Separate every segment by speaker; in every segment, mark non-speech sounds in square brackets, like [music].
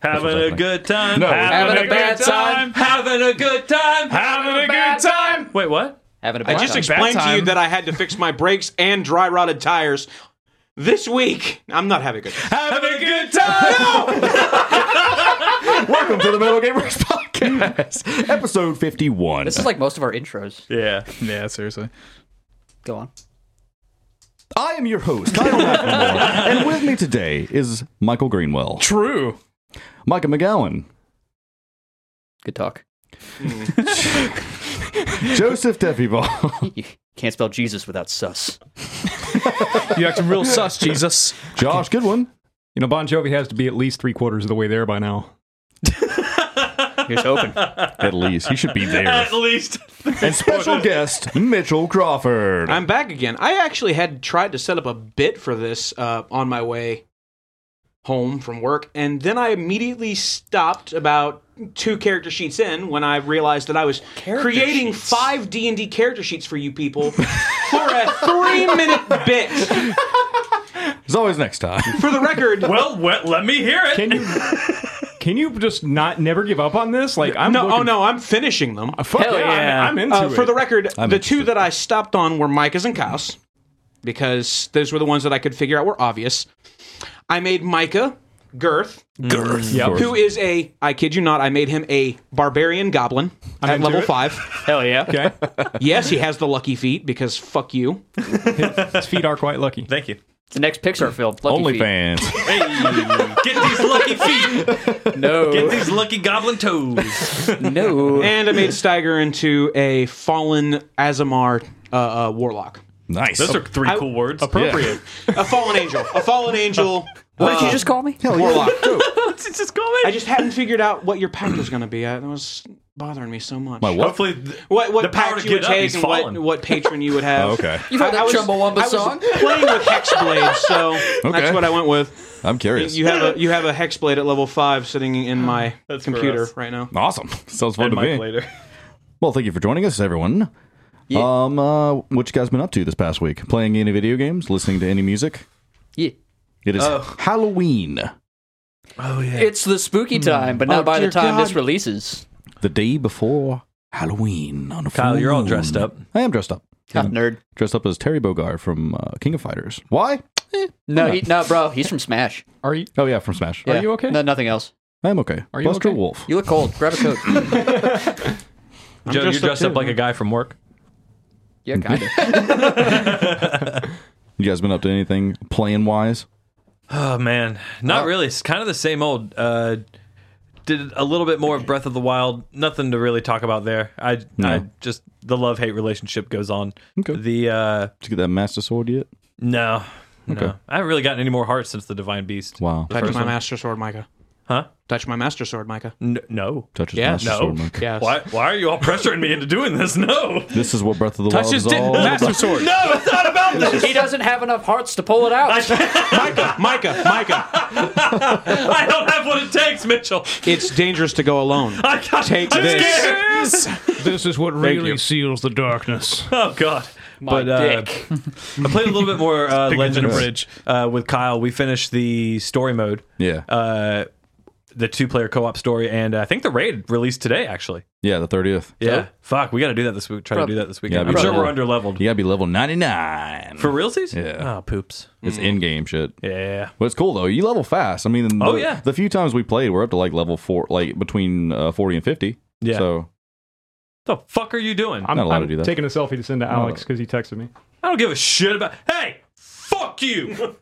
Speaker 1: Having a good time.
Speaker 2: No.
Speaker 3: Having a bad time.
Speaker 1: Having a good time.
Speaker 2: Having a good time.
Speaker 1: Wait, what?
Speaker 3: Having a
Speaker 4: I
Speaker 3: bad
Speaker 4: just
Speaker 3: time.
Speaker 4: explained
Speaker 2: Bad
Speaker 4: to you
Speaker 2: time.
Speaker 4: that I had to fix my brakes and dry rotted tires. This week, I'm not having a good time.
Speaker 1: Having a good time.
Speaker 2: Welcome to the Metal Gamers Podcast, episode 51.
Speaker 3: this is like most of our
Speaker 1: [laughs]
Speaker 3: intros.
Speaker 1: yeah.
Speaker 5: Yeah, seriously.
Speaker 3: Go on.
Speaker 2: I am your host, Kyle Rathmore, and with me today is Michael Greenwell,
Speaker 5: True.
Speaker 2: Micah McGowan,
Speaker 3: Good talk.
Speaker 2: Joseph Defival,
Speaker 3: You can't spell Jesus without sus.
Speaker 5: You acting real sus, Jesus.
Speaker 2: Josh Goodwin,
Speaker 6: You know, Bon Jovi has to be at least three quarters of the way there by now.
Speaker 3: Here's hoping.
Speaker 2: at least he should be there,
Speaker 1: At least.
Speaker 2: and special guest Mitchell Crawford.
Speaker 4: I'm back again. I actually had tried to set up a bit for this uh, on my way home from work, and then I immediately stopped about two character sheets in when I realized that I was creating five D and D character sheets for you people for a three minute bit.
Speaker 2: As always, next time.
Speaker 4: For the record,
Speaker 1: Well, well, let me hear it.
Speaker 3: [laughs]
Speaker 6: Can you can you just not never give up on this? Like I'm
Speaker 4: no,
Speaker 6: looking,
Speaker 4: oh no, I'm finishing them.
Speaker 6: fuck
Speaker 3: Hell
Speaker 6: yeah, I'm-
Speaker 3: yeah.
Speaker 6: I'm, into
Speaker 4: Uh,
Speaker 6: it.
Speaker 4: for the record,
Speaker 2: I'm
Speaker 4: the
Speaker 2: interested.
Speaker 4: two that I stopped on were Micah's and Kyle's because those were the ones that I could figure out were obvious. I made Micah Girth,
Speaker 6: Yep.
Speaker 4: who is a I kid you not, I made him a barbarian goblin at
Speaker 6: into
Speaker 4: level
Speaker 6: it.
Speaker 4: five.
Speaker 3: Hell yeah.
Speaker 6: okay,
Speaker 3: [laughs]
Speaker 4: yes, he has the lucky feet because fuck you.
Speaker 6: his feet are quite lucky.
Speaker 1: Thank you.
Speaker 3: It's the next Pixar film. Lucky Feet.
Speaker 2: OnlyFans.
Speaker 1: Hey, get these lucky feet. Get
Speaker 3: No.
Speaker 1: these lucky goblin toes.
Speaker 3: no.
Speaker 4: And I made Steiger into a fallen Azamar uh, uh, warlock,
Speaker 2: Nice.
Speaker 1: Those are three cool words.
Speaker 2: appropriate.
Speaker 4: a fallen angel, a fallen angel.
Speaker 3: What did you just call me?
Speaker 4: warlock?
Speaker 1: [laughs] Just call me.
Speaker 4: I just hadn't figured out what your pact was going to be. I, that was bothering me so much.
Speaker 2: My what?
Speaker 1: Hopefully, th-
Speaker 4: What what
Speaker 1: The power
Speaker 4: pact
Speaker 1: to
Speaker 4: you would
Speaker 1: get up,
Speaker 4: take
Speaker 1: he's
Speaker 4: and what,
Speaker 1: fallen.
Speaker 4: what patron you would have?
Speaker 1: [laughs]
Speaker 2: Oh, okay.
Speaker 3: You've heard that Chumbawamba
Speaker 4: I was
Speaker 3: song?
Speaker 4: [laughs] playing with
Speaker 1: [laughs]
Speaker 4: Hexblade, so
Speaker 2: Okay.
Speaker 4: that's what I went with.
Speaker 2: I'm curious.
Speaker 4: You have a you have a Hexblade at level five sitting in my
Speaker 1: [gasps] That's for
Speaker 4: computer
Speaker 1: us.
Speaker 4: right now.
Speaker 2: awesome. [laughs] Sounds fun to
Speaker 1: Mike
Speaker 2: me.
Speaker 1: later.
Speaker 2: [laughs] Well, thank you for joining us, everyone. Um, uh, what you guys been up to this past week? Playing any video games? Listening to any music?
Speaker 3: Yeah.
Speaker 2: It is
Speaker 1: Oh.
Speaker 2: Halloween,
Speaker 3: It's the spooky time, but not
Speaker 4: Oh,
Speaker 3: by the
Speaker 4: dear
Speaker 3: time this
Speaker 4: God.
Speaker 3: releases.
Speaker 2: the day before Halloween. On a
Speaker 1: Kyle, you're all
Speaker 2: full
Speaker 1: dressed
Speaker 2: moon.
Speaker 1: up.
Speaker 2: I am dressed up.
Speaker 3: Ah, nerd.
Speaker 2: Dressed up as Terry Bogard from uh, King of Fighters. Why? Eh,
Speaker 3: No,
Speaker 2: why
Speaker 3: he,
Speaker 2: not?
Speaker 3: no, bro. He's from Smash.
Speaker 6: Are you
Speaker 2: Oh yeah, from Smash.
Speaker 3: Yeah.
Speaker 6: you okay?
Speaker 3: No, nothing else.
Speaker 2: I am okay.
Speaker 6: Are you
Speaker 2: Buster
Speaker 6: okay?
Speaker 2: Wolf.
Speaker 3: You look cold. Grab a coat.
Speaker 1: Joe,
Speaker 4: dressed
Speaker 1: you're
Speaker 4: up
Speaker 1: dressed
Speaker 4: too,
Speaker 1: up like a guy from work.
Speaker 3: yeah, kind of.
Speaker 2: You guys been up to anything playing wise?
Speaker 1: Oh man, not really. It's kind of the same old. Uh, did a little bit more of Breath of the Wild. Nothing to really talk about there. I, I just the love hate relationship goes on.
Speaker 2: Okay.
Speaker 1: The uh,
Speaker 2: Did you get that Master Sword yet?
Speaker 1: no, no, I haven't really gotten any more hearts since the Divine Beast.
Speaker 2: Wow.
Speaker 4: Touch my master sword, Micah.
Speaker 1: Huh?
Speaker 4: Touch my master sword, Micah.
Speaker 1: N- no.
Speaker 2: Touches
Speaker 4: Yeah,
Speaker 2: Master
Speaker 1: no.
Speaker 2: Sword. Mike.
Speaker 4: Yes.
Speaker 1: Why? Why are you all pressuring me into doing this? No.
Speaker 2: This is what Breath of the
Speaker 5: That's
Speaker 2: Wild is
Speaker 5: just
Speaker 1: [laughs]
Speaker 5: it.
Speaker 2: all about.
Speaker 5: Master Sword.
Speaker 1: No, it's not about this.
Speaker 3: he doesn't have enough hearts to pull it out.
Speaker 4: Micah, Micah, Micah.
Speaker 1: I don't have what it takes, Mitchell.
Speaker 4: It's dangerous to
Speaker 1: [laughs]
Speaker 4: go alone.
Speaker 1: I got,
Speaker 4: Take
Speaker 1: I'm
Speaker 4: this.
Speaker 1: scared.
Speaker 5: This is what
Speaker 4: you.
Speaker 5: really seals the darkness.
Speaker 1: Oh God.
Speaker 3: My
Speaker 1: but uh,
Speaker 3: dick.
Speaker 1: I played a little bit more uh, Legend of
Speaker 2: this.
Speaker 1: Bridge uh, with Kyle. We finished the story mode.
Speaker 2: Yeah.
Speaker 1: Uh, the two player co op story, and I think the raid released today, actually.
Speaker 2: yeah, the 30th.
Speaker 1: Yeah. Fuck, we got to do that this week. Try to do that this weekend.
Speaker 2: Yeah,
Speaker 1: I'm
Speaker 2: bro.
Speaker 1: sure we're under leveled.
Speaker 2: You gotta be level 99.
Speaker 1: For realsies?
Speaker 2: Yeah.
Speaker 1: Oh, poops.
Speaker 2: It's in game shit.
Speaker 1: Yeah.
Speaker 2: But it's cool though. You level fast. I mean,
Speaker 1: Oh,
Speaker 2: the,
Speaker 1: yeah.
Speaker 2: the few times we played, we're up to like level four, like between uh, forty and fifty.
Speaker 1: Yeah.
Speaker 2: So
Speaker 1: The fuck are you doing?
Speaker 6: [laughs] I'm,
Speaker 2: Not allowed
Speaker 6: I'm
Speaker 2: to do that.
Speaker 6: taking a selfie to send to Alex because he texted me.
Speaker 1: I don't give a shit about. Hey, fuck you.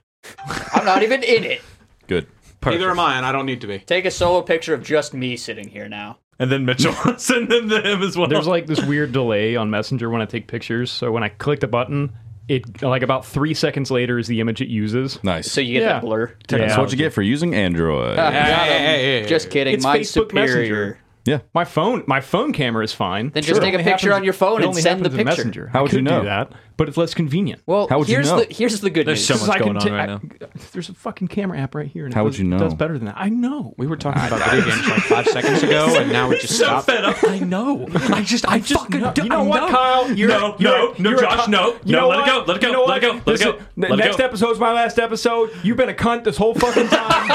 Speaker 3: I'm not even in it.
Speaker 2: good.
Speaker 4: Neither am I, and I don't need to be.
Speaker 3: Take a solo picture of just me sitting here now.
Speaker 1: And then Mitchell [laughs] send them to him as well.
Speaker 6: There's
Speaker 1: [laughs]
Speaker 6: like this weird delay on Messenger when I take pictures. So when I click the button, it like about three seconds later is the image it uses.
Speaker 2: Nice.
Speaker 3: So you get
Speaker 6: Yeah.
Speaker 3: that blur.
Speaker 2: That's
Speaker 6: Yeah.
Speaker 2: what you get for using Android.
Speaker 3: Ah, got
Speaker 4: hey,
Speaker 3: him.
Speaker 4: hey, hey, hey.
Speaker 3: just kidding.
Speaker 6: It's
Speaker 3: Mine's
Speaker 6: Facebook
Speaker 3: superior.
Speaker 6: Messenger.
Speaker 2: yeah.
Speaker 6: My phone, my phone camera is fine.
Speaker 3: Then just
Speaker 6: It
Speaker 3: take a
Speaker 6: only
Speaker 3: picture on your phone
Speaker 6: it
Speaker 3: and
Speaker 6: only
Speaker 3: send the
Speaker 6: happens in
Speaker 3: picture.
Speaker 6: Messenger.
Speaker 2: How
Speaker 6: I
Speaker 2: would you
Speaker 6: could
Speaker 2: know?
Speaker 6: do that? But it's less convenient.
Speaker 3: Well,
Speaker 2: How would you
Speaker 3: here's
Speaker 2: know?
Speaker 3: the here's the good
Speaker 1: There's
Speaker 3: news.
Speaker 1: so much
Speaker 6: I can
Speaker 1: going on
Speaker 6: ta-
Speaker 1: right
Speaker 6: I-
Speaker 1: now.
Speaker 6: there's a fucking camera app right here. And
Speaker 2: How
Speaker 6: it
Speaker 2: would
Speaker 6: does,
Speaker 2: you know?
Speaker 6: Does better than that. I know.
Speaker 4: We were talking about video games
Speaker 1: [laughs]
Speaker 4: like five seconds ago, Oh, and now we just
Speaker 1: so
Speaker 4: stopped.
Speaker 1: fed up. I know. I just, I just fucking
Speaker 6: No, you know what, Kyle? You're,
Speaker 1: no,
Speaker 6: you're-
Speaker 1: no, no,
Speaker 6: you're a
Speaker 1: Josh,
Speaker 6: cunt.
Speaker 1: no,
Speaker 6: You
Speaker 1: no.
Speaker 6: know
Speaker 1: Let it go.
Speaker 6: what?
Speaker 1: Let it go.
Speaker 6: You know
Speaker 1: let it go.
Speaker 6: what?
Speaker 1: Let it go.
Speaker 6: Listen,
Speaker 1: Let
Speaker 6: the
Speaker 1: it go. [laughs]
Speaker 6: next episode's my last episode. You've been a cunt this whole fucking time.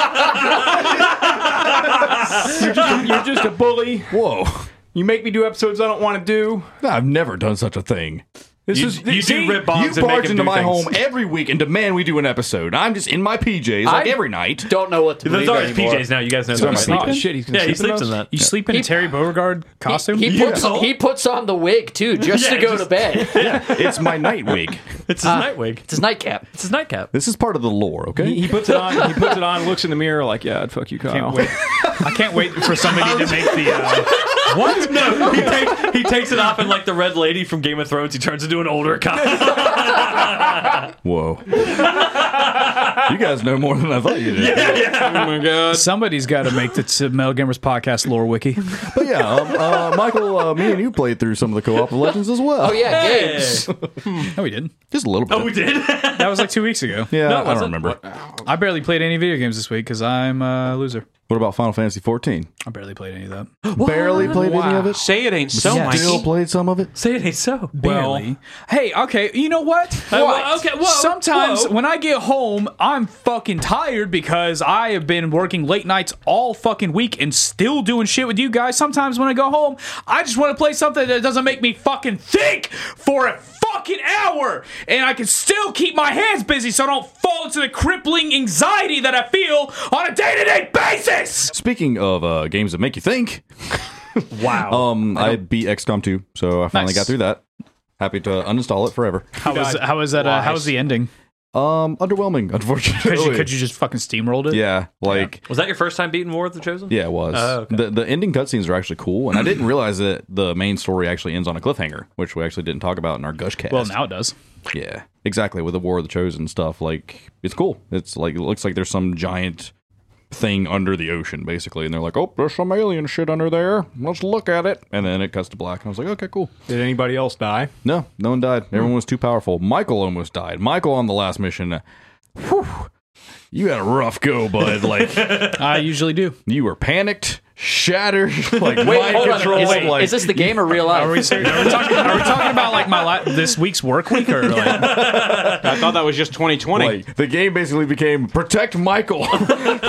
Speaker 6: you're, just, you're just a bully.
Speaker 2: Whoa. [laughs]
Speaker 6: You make me do episodes I don't want to do.
Speaker 2: I've never done such a thing. This
Speaker 1: You-
Speaker 2: is
Speaker 1: you do
Speaker 2: see,
Speaker 1: rip bongs
Speaker 2: You
Speaker 1: and make
Speaker 2: barge
Speaker 1: him
Speaker 2: into
Speaker 1: do
Speaker 2: my
Speaker 1: things.
Speaker 2: home every week and demand we do an episode. I'm just in my PJs like
Speaker 3: I-
Speaker 2: every night.
Speaker 3: Don't know what to
Speaker 1: Those
Speaker 3: believe
Speaker 1: are his
Speaker 3: anymore.
Speaker 1: PJs now. You guys know
Speaker 2: Sorry,
Speaker 1: that.
Speaker 2: sleeping?
Speaker 5: Oh shit, he's gonna
Speaker 1: Yeah, he
Speaker 5: sleep
Speaker 1: sleeps
Speaker 5: in,
Speaker 1: in
Speaker 5: those?
Speaker 1: that.
Speaker 5: You sleep in a Terry Beauregard costume?
Speaker 3: He, he puts,
Speaker 1: Yeah.
Speaker 3: he puts on the wig too just
Speaker 1: Yeah,
Speaker 3: to go
Speaker 1: just-
Speaker 3: to bed.
Speaker 2: It's my night wig.
Speaker 1: It's his night wig.
Speaker 3: It's his nightcap.
Speaker 1: It's his nightcap.
Speaker 2: This is part of the lore, okay?
Speaker 6: He, he puts it on. He puts it on. Looks in the mirror like, yeah, I'd fuck you, Kyle.
Speaker 5: Can't wait. I can't wait for somebody to make the. Uh,
Speaker 1: What? No, he takes he takes it off and like the red lady from Game of Thrones, he turns into an older cop.
Speaker 2: Whoa. you guys know more than I thought you did.
Speaker 4: Oh
Speaker 5: somebody's got to make the to Metal Gamers podcast lore wiki.
Speaker 2: But yeah, um, uh, Michael, uh, me and you played through some of the co-op of Legends as well.
Speaker 3: Oh yeah,
Speaker 1: Hey.
Speaker 3: games.
Speaker 5: No, we didn't.
Speaker 2: Just a little bit.
Speaker 1: Oh, we
Speaker 5: [laughs]
Speaker 1: did.
Speaker 5: That was like two weeks ago.
Speaker 2: yeah, I don't
Speaker 1: wasn't.
Speaker 2: remember.
Speaker 5: [laughs] I barely played any video games this week because I'm a loser.
Speaker 2: What about Final Fantasy 14?
Speaker 5: I barely played any of that.
Speaker 2: Barely played any of it.
Speaker 4: Say it ain't so,
Speaker 5: Oh,
Speaker 4: Mikey.
Speaker 2: Still played some of it.
Speaker 1: Say it ain't so.
Speaker 5: Barely. hey, okay, you know what?
Speaker 1: Uh, well, okay, whoa,
Speaker 5: Sometimes
Speaker 1: whoa.
Speaker 5: when I get home, I'm fucking tired because I have been working late nights all fucking week and still doing shit with you guys. Sometimes when I go home, I just want to play something that doesn't make me fucking think for a fucking hour and I can still keep my hands busy so I don't fall into the crippling anxiety that I feel on a day to day basis.
Speaker 2: Speaking of uh, games that make you
Speaker 5: [laughs]
Speaker 2: think, wow. Um, I, beat XCOM 2, so I finally
Speaker 5: Nice.
Speaker 2: got through that. Happy to uninstall it forever.
Speaker 5: How was how is that? Uh, how was the ending?
Speaker 2: Um, underwhelming, [laughs] unfortunately.
Speaker 5: Could you, could you just fucking steamrolled it?
Speaker 2: yeah, like
Speaker 1: Was that your first time beating War of the Chosen?
Speaker 2: yeah, it was.
Speaker 1: Oh, okay.
Speaker 2: The the ending cutscenes are actually cool, and I didn't realize that the main story actually ends on a cliffhanger, which we actually didn't talk about in our gush cast.
Speaker 5: Well, now it does.
Speaker 2: Yeah, exactly. With the War of the Chosen stuff, like it's cool. It's like it looks like there's some giant thing under the ocean, basically, and they're like, "Oh, there's some alien shit under there. Let's look at it." And then it cuts to black, and I was like, "Okay, cool."
Speaker 6: Did anybody else die?
Speaker 2: No, no one died. Everyone was too powerful. Michael almost died. Michael on the last mission. uh, whew, you had a rough go, bud. Like
Speaker 3: [laughs]
Speaker 5: [laughs] I usually [laughs] do.
Speaker 2: you were panicked, shattered, [laughs] like
Speaker 3: Wait,
Speaker 2: mind
Speaker 3: hold on.
Speaker 2: control.
Speaker 3: Is, it-
Speaker 2: like,
Speaker 3: is this the game or real life?
Speaker 5: Are we, ser- are we talking, are we talking about like my li- this week's work week or like
Speaker 4: I thought that was just 2020.
Speaker 2: like the game basically became protect Michael.
Speaker 3: [laughs]
Speaker 2: [laughs]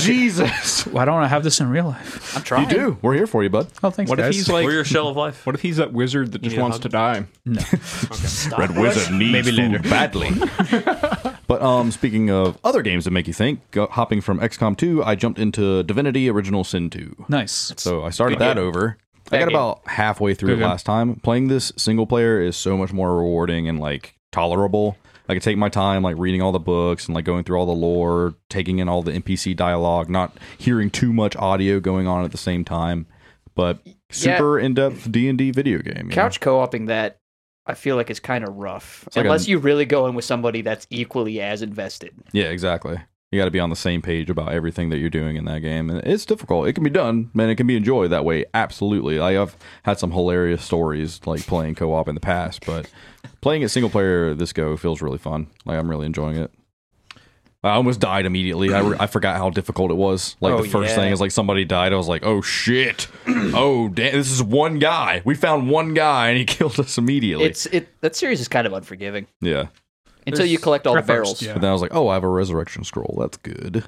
Speaker 2: Jesus,
Speaker 5: why don't I have this in real life?
Speaker 3: I'm trying.
Speaker 2: you do. We're here for you, bud.
Speaker 5: Oh, thanks,
Speaker 6: What if
Speaker 5: guys.
Speaker 6: he's like?
Speaker 1: We're your shell of life.
Speaker 6: What if he's that wizard that just
Speaker 4: need a
Speaker 6: wants
Speaker 4: hug?
Speaker 6: to die?
Speaker 2: Red Wizard needs Maybe badly. [laughs] but um, speaking of other games that make you think, go, hopping from XCOM 2, I jumped into Divinity Original Sin 2.
Speaker 5: nice.
Speaker 2: So I started that over. I got
Speaker 3: game.
Speaker 2: about halfway through it last time. Playing this single player is so much more rewarding and like tolerable. I could take my time, like reading all the books and like going through all the lore, taking in all the NPC dialogue, not hearing too much audio going on at the same time. But super in-depth D and D video game. you know?
Speaker 3: Couch co-oping that, I feel like is kind of rough.
Speaker 2: like
Speaker 3: Unless
Speaker 2: a-
Speaker 3: you really go in with somebody that's equally as invested.
Speaker 2: Yeah, exactly. You got to be on the same page about everything that you're doing in that game, and it's difficult. It can be done, and it can be enjoyed that way. Absolutely, I have had some hilarious stories like playing co-op in the past, but playing it single player this go feels really fun. Like I'm really enjoying it. I almost died immediately. I, re- I forgot how difficult it was. Like the first thing is like somebody died. I was like, oh shit, oh damn, this is one guy. We found one guy, and he [laughs] killed us immediately.
Speaker 3: It's it that series is kind of unforgiving
Speaker 2: yeah.
Speaker 3: until you collect all the barrels.
Speaker 5: yeah.
Speaker 2: But then I was like, oh, I have a resurrection scroll. That's good.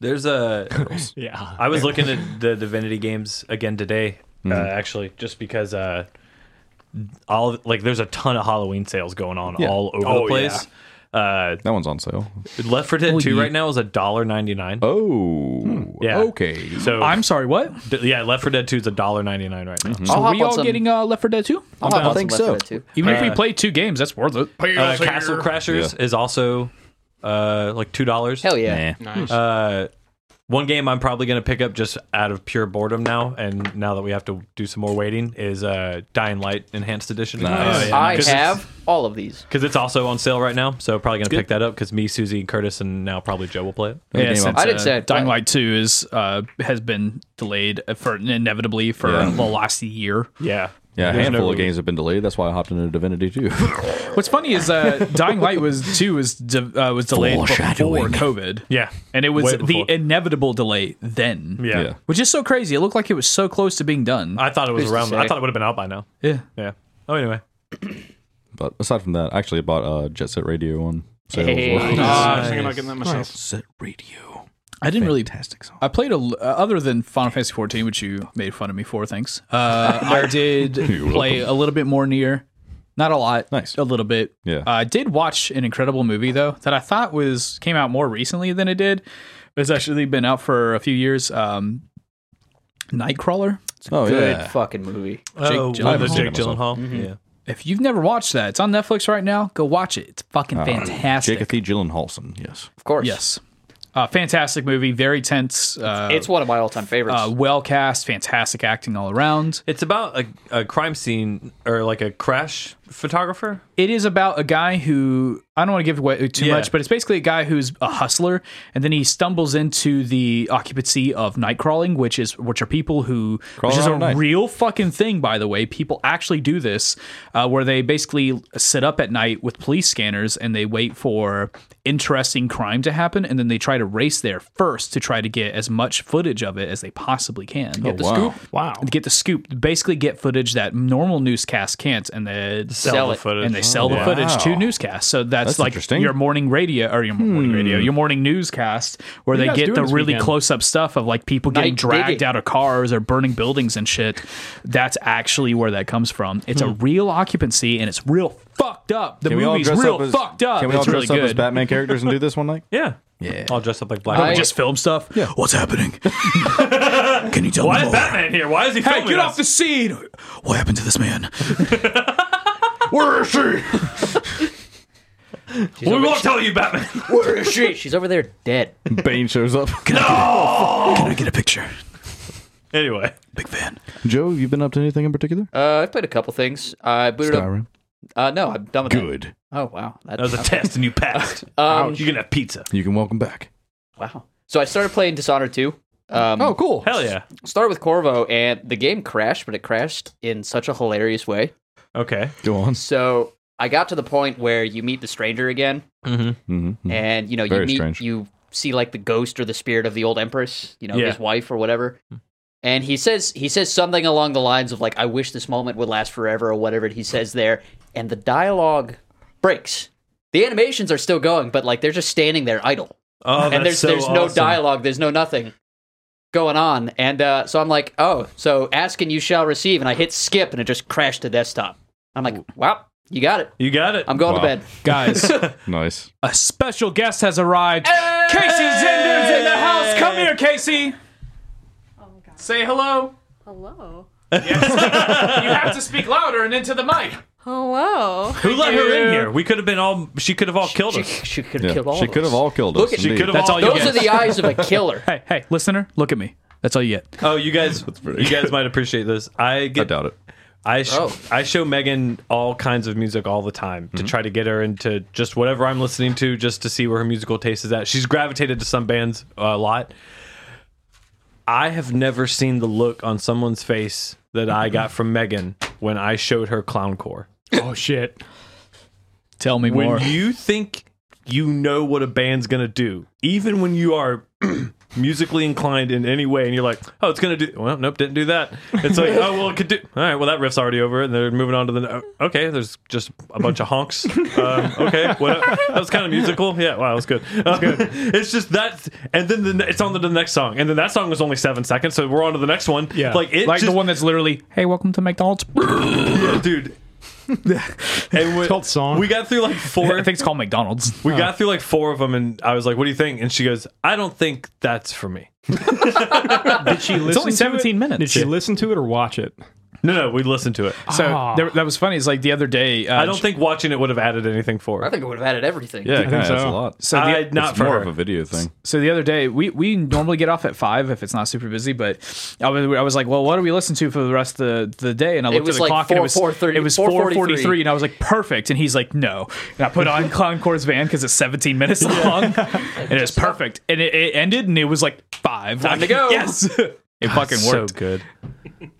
Speaker 1: There's a.
Speaker 6: Yeah.
Speaker 1: I was looking at the Divinity games again today,
Speaker 2: Mm-hmm.
Speaker 1: uh, actually, just because uh, all like there's a ton of Halloween sales going on
Speaker 2: Yeah.
Speaker 1: all over the place. Uh,
Speaker 2: That one's on sale.
Speaker 1: Left 4 Dead 2
Speaker 5: yeah.
Speaker 1: right now is a dollar ninety nine.
Speaker 2: Oh,
Speaker 1: Yeah.
Speaker 2: okay.
Speaker 1: So
Speaker 5: I'm sorry. What?
Speaker 1: d- yeah, Left 4 Dead 2 is a dollar ninety nine right now.
Speaker 2: Mm-hmm.
Speaker 3: I'll
Speaker 5: Are
Speaker 3: hop
Speaker 5: we
Speaker 3: on
Speaker 5: all
Speaker 3: some,
Speaker 5: getting uh, Left 4 Dead 2?
Speaker 3: I'll hop
Speaker 2: I
Speaker 3: on
Speaker 2: think
Speaker 3: some Left
Speaker 2: so.
Speaker 3: 4 Dead
Speaker 5: Even
Speaker 2: Uh,
Speaker 5: if we play two games, that's worth it.
Speaker 1: Uh, Castle Crashers is also uh, like two dollars.
Speaker 3: 2. Hell yeah.
Speaker 4: nice.
Speaker 1: Uh, one game I'm probably going to pick up just out of pure boredom now, and now that we have to do some more waiting, is uh, Dying Light Enhanced Edition.
Speaker 2: Nice. Oh, yeah.
Speaker 3: I
Speaker 1: 'Cause
Speaker 3: have
Speaker 1: it's-
Speaker 3: all of these.
Speaker 1: Because it's also on sale right now, so probably going to pick that up because me, Susie, Curtis, and now probably Joe will play it.
Speaker 5: Yeah,
Speaker 2: game
Speaker 5: since,
Speaker 2: I
Speaker 3: did
Speaker 5: uh,
Speaker 3: say it.
Speaker 5: Dying Light 2 is uh, has been delayed uh, for inevitably for
Speaker 2: Yeah.
Speaker 5: the last year.
Speaker 1: Yeah.
Speaker 2: Yeah, a
Speaker 1: There's
Speaker 2: handful
Speaker 1: no-
Speaker 2: of games have been delayed. That's why I hopped into Divinity too. [laughs]
Speaker 5: What's funny is uh, Dying Light was 2 was de- uh, was delayed before
Speaker 2: Foreshadowing.
Speaker 5: COVID.
Speaker 1: Yeah.
Speaker 5: And it was
Speaker 1: Way
Speaker 5: the
Speaker 1: before.
Speaker 5: inevitable delay then.
Speaker 1: Yeah.
Speaker 2: Yeah.
Speaker 5: Which is so crazy. It looked like it was so close to being done.
Speaker 1: I thought it was
Speaker 3: to
Speaker 1: around. I
Speaker 3: say?
Speaker 1: thought it would have been out by now.
Speaker 5: yeah.
Speaker 1: Yeah. Oh, anyway.
Speaker 2: but aside from that, I actually bought uh, Jet Set Radio on sale. as
Speaker 3: Hey.
Speaker 2: well.
Speaker 4: Ah, I was thinking about getting that myself.
Speaker 2: Set Radio.
Speaker 5: I didn't really.
Speaker 2: Fantastic song.
Speaker 5: I played a l- uh, other than Final Fantasy 14, which you made fun of me for. Thanks.
Speaker 2: [laughs]
Speaker 5: Uh, I did play a little bit more near, not a lot.
Speaker 2: Nice.
Speaker 5: a little bit. Uh,
Speaker 2: Yeah.
Speaker 5: I did watch an incredible movie though that I thought was came out more recently than it did. But it's actually been out for a few years. Um, Nightcrawler.
Speaker 2: [laughs] Oh
Speaker 3: Good
Speaker 2: yeah.
Speaker 3: fucking movie.
Speaker 1: Oh,
Speaker 5: Gyllenhaal.
Speaker 1: with Jake
Speaker 2: I've seen it
Speaker 1: Gyllenhaal.
Speaker 3: Mm-hmm.
Speaker 1: Yeah.
Speaker 5: If you've never watched that, it's on Netflix right now. Go watch it. It's fucking fantastic.
Speaker 2: Jacob E. Gyllenhaalson. Yes.
Speaker 3: Of course.
Speaker 5: yes. Uh, fantastic movie. Very tense. Uh,
Speaker 3: It's one of my all time favorites.
Speaker 5: uh, well cast. Fantastic acting all around.
Speaker 1: It's about a, a crime scene or like a crash photographer.
Speaker 5: it is about a guy who I don't want to give away too
Speaker 1: Yeah.
Speaker 5: much, but it's basically a guy who's a hustler, and then he stumbles into the occupancy of night crawling, which is which are people who which is
Speaker 2: around
Speaker 5: a
Speaker 2: at night.
Speaker 5: real fucking thing, by the way. People actually do this, uh, where they basically sit up at night with police scanners and they wait for interesting crime to happen, and then they try to race there first to try to get as much footage of it as they possibly can. Get the
Speaker 2: wow.
Speaker 6: Wow.
Speaker 5: to get the scoop, basically get footage that normal newscasts can't, and they
Speaker 1: Sell,
Speaker 3: Sell
Speaker 1: the
Speaker 3: it.
Speaker 1: footage.
Speaker 5: and they sell the
Speaker 2: Wow.
Speaker 5: footage to newscasts. So that's,
Speaker 2: That's
Speaker 5: like
Speaker 2: interesting.
Speaker 5: your morning radio or your morning radio, your morning newscast, where
Speaker 6: you
Speaker 5: they
Speaker 6: guys
Speaker 5: get
Speaker 6: doing
Speaker 5: the
Speaker 6: this
Speaker 5: really
Speaker 6: weekend?
Speaker 5: close up stuff of like people getting
Speaker 3: Night
Speaker 5: dragged
Speaker 3: digging.
Speaker 5: out of cars or burning buildings and shit. That's actually where that comes from. It's a real occupancy and it's real fucked up. The movie's real fucked up.
Speaker 2: Can we all
Speaker 5: it's
Speaker 2: dress
Speaker 5: really
Speaker 2: up as
Speaker 5: good.
Speaker 2: Batman characters and do this one night?
Speaker 1: Yeah.
Speaker 2: Yeah.
Speaker 1: All dressed up like
Speaker 5: Don't we
Speaker 1: Black.
Speaker 5: just film stuff. Yeah. What's happening? Can you tell
Speaker 1: Why
Speaker 5: me
Speaker 1: is
Speaker 5: more?
Speaker 1: Batman here? Why is he
Speaker 5: Hey,
Speaker 1: filming
Speaker 5: get
Speaker 1: us?
Speaker 5: off the scene! What happened to this man? Where is she?
Speaker 3: She's,
Speaker 1: we
Speaker 3: over,
Speaker 1: won't tell you, Batman.
Speaker 3: [laughs] she- she's over there dead.
Speaker 2: Bane shows up.
Speaker 5: Can I get a picture?
Speaker 1: anyway,
Speaker 5: Big fan.
Speaker 2: [laughs] Joe, you been up to anything in particular?
Speaker 3: Uh, I played a couple things. I booted up.
Speaker 2: Skyrim.
Speaker 3: Uh, no, I'm done with that.
Speaker 2: Good.
Speaker 3: Oh wow, that,
Speaker 1: that was a test and you
Speaker 6: [laughs]
Speaker 1: passed.
Speaker 6: Oh,
Speaker 3: Um,
Speaker 1: You're gonna have pizza.
Speaker 2: You can welcome back.
Speaker 3: wow. So I started playing Dishonored 2. Um,
Speaker 2: Oh, cool.
Speaker 1: Hell yeah.
Speaker 3: Started with Corvo, and the game crashed, but it crashed in such a hilarious way.
Speaker 1: Okay.
Speaker 2: Go on.
Speaker 3: So I got to the point where you meet the stranger again,
Speaker 2: Mm-hmm.
Speaker 3: and you know
Speaker 2: Very
Speaker 3: you meet
Speaker 2: strange.
Speaker 3: you see like the ghost or the spirit of the old empress, you know
Speaker 1: Yeah.
Speaker 3: his wife or whatever. And he says he says something along the lines of like I wish this moment would last forever or whatever he says there, and the dialogue breaks. The animations are still going, but like they're just standing there idle.
Speaker 1: Oh, that's
Speaker 3: and there's
Speaker 1: so
Speaker 3: there's no
Speaker 1: awesome.
Speaker 3: dialogue, there's no nothing going on, and uh, so I'm like, oh, so ask and you shall receive, and I hit skip, and it just crashed to desktop. I'm like, wow, you got it.
Speaker 1: You got it.
Speaker 3: I'm going
Speaker 2: Wow. [laughs]
Speaker 3: to bed.
Speaker 5: [laughs] Guys,
Speaker 2: [laughs] Nice.
Speaker 5: a special guest has arrived. Casey Zender's in the house. Come here, Casey.
Speaker 7: Oh my god.
Speaker 5: Say hello.
Speaker 7: Hello.
Speaker 5: You have to speak louder and into the mic.
Speaker 7: Hello.
Speaker 1: Who let her
Speaker 5: you.
Speaker 1: in here? We could have been all. She could have all killed
Speaker 3: She,
Speaker 1: us.
Speaker 3: she could
Speaker 2: Yeah.
Speaker 3: kill all.
Speaker 2: She
Speaker 3: of
Speaker 2: could
Speaker 3: us.
Speaker 2: have all killed
Speaker 3: Look
Speaker 2: us.
Speaker 3: at- she
Speaker 2: indeed.
Speaker 1: could have
Speaker 5: That's
Speaker 1: all-
Speaker 5: all you
Speaker 3: Those
Speaker 5: get.
Speaker 3: are the eyes
Speaker 2: [laughs]
Speaker 3: of a killer.
Speaker 5: hey, hey, listener, look at me. That's all you get. [laughs]
Speaker 1: Oh, you guys. You guys might appreciate this. I
Speaker 2: I
Speaker 1: get.
Speaker 2: doubt it.
Speaker 1: I sh-
Speaker 3: Oh.
Speaker 1: I show Megan all kinds of music all the time to try to get her into just whatever I'm listening to, just to see where her musical taste is at. She's gravitated to some bands a lot. I have never seen the look on someone's face that I got from Megan when I showed her Clowncore.
Speaker 6: Oh shit.
Speaker 5: Tell me more.
Speaker 1: When you think you know what a band's gonna do, even when you are [clears throat] musically inclined in any way, and you're like, "Oh, it's gonna do," well, nope, didn't do that. It's like, "Oh, well, it could do." All right, well, that riff's already over, and they're moving on to the. uh, Okay, there's just a bunch of honks. Um, okay, what, that was kind of musical. Yeah, wow, that was good. Um, it's just that, and then the, ne- it's on to the next song, and then that song was only seven seconds, so we're on to the next one.
Speaker 6: Yeah.
Speaker 1: like it,
Speaker 5: like
Speaker 1: just-
Speaker 5: the one that's literally, hey, welcome to [laughs] McDonald's.
Speaker 1: [clears throat]
Speaker 5: [laughs]
Speaker 1: dude. and we,
Speaker 6: called Song.
Speaker 1: we got through like four.
Speaker 5: [laughs] I think it's called McDonald's.
Speaker 1: We got through like four of them, and I was like, "What do you think?" And she goes, "I don't think that's for me."
Speaker 6: Did she listen
Speaker 5: It's only
Speaker 6: to it?
Speaker 5: 17 minutes.
Speaker 6: Did she listen to it or watch it?
Speaker 1: No, no, we listened to it.
Speaker 5: So there, that was funny. It's like the other day. Uh,
Speaker 1: I don't think watching it would have added anything for
Speaker 3: I
Speaker 1: her.
Speaker 3: think it would have added everything.
Speaker 2: Yeah,
Speaker 6: think
Speaker 2: kinda, that's
Speaker 6: so.
Speaker 2: a lot.
Speaker 5: So the,
Speaker 1: I- not
Speaker 2: it's
Speaker 1: for
Speaker 2: more
Speaker 1: her.
Speaker 2: of a video thing.
Speaker 5: So the other day, we, we normally get off at five if it's not super busy, but I was, I was like, well, what do we listen to for the rest of the, the day? And I looked
Speaker 3: was
Speaker 5: at the
Speaker 3: like
Speaker 5: clock and it was
Speaker 3: 4:30
Speaker 5: it was
Speaker 3: 4:43.
Speaker 5: 4:43, and I was like, perfect. And he's like, no. And I put on Clown Core's Van because it's 17 minutes long, and it was perfect. And it, it ended, and it was like five. Time
Speaker 3: to go.
Speaker 5: [laughs] Yes, it fucking
Speaker 1: so
Speaker 5: worked.
Speaker 1: good.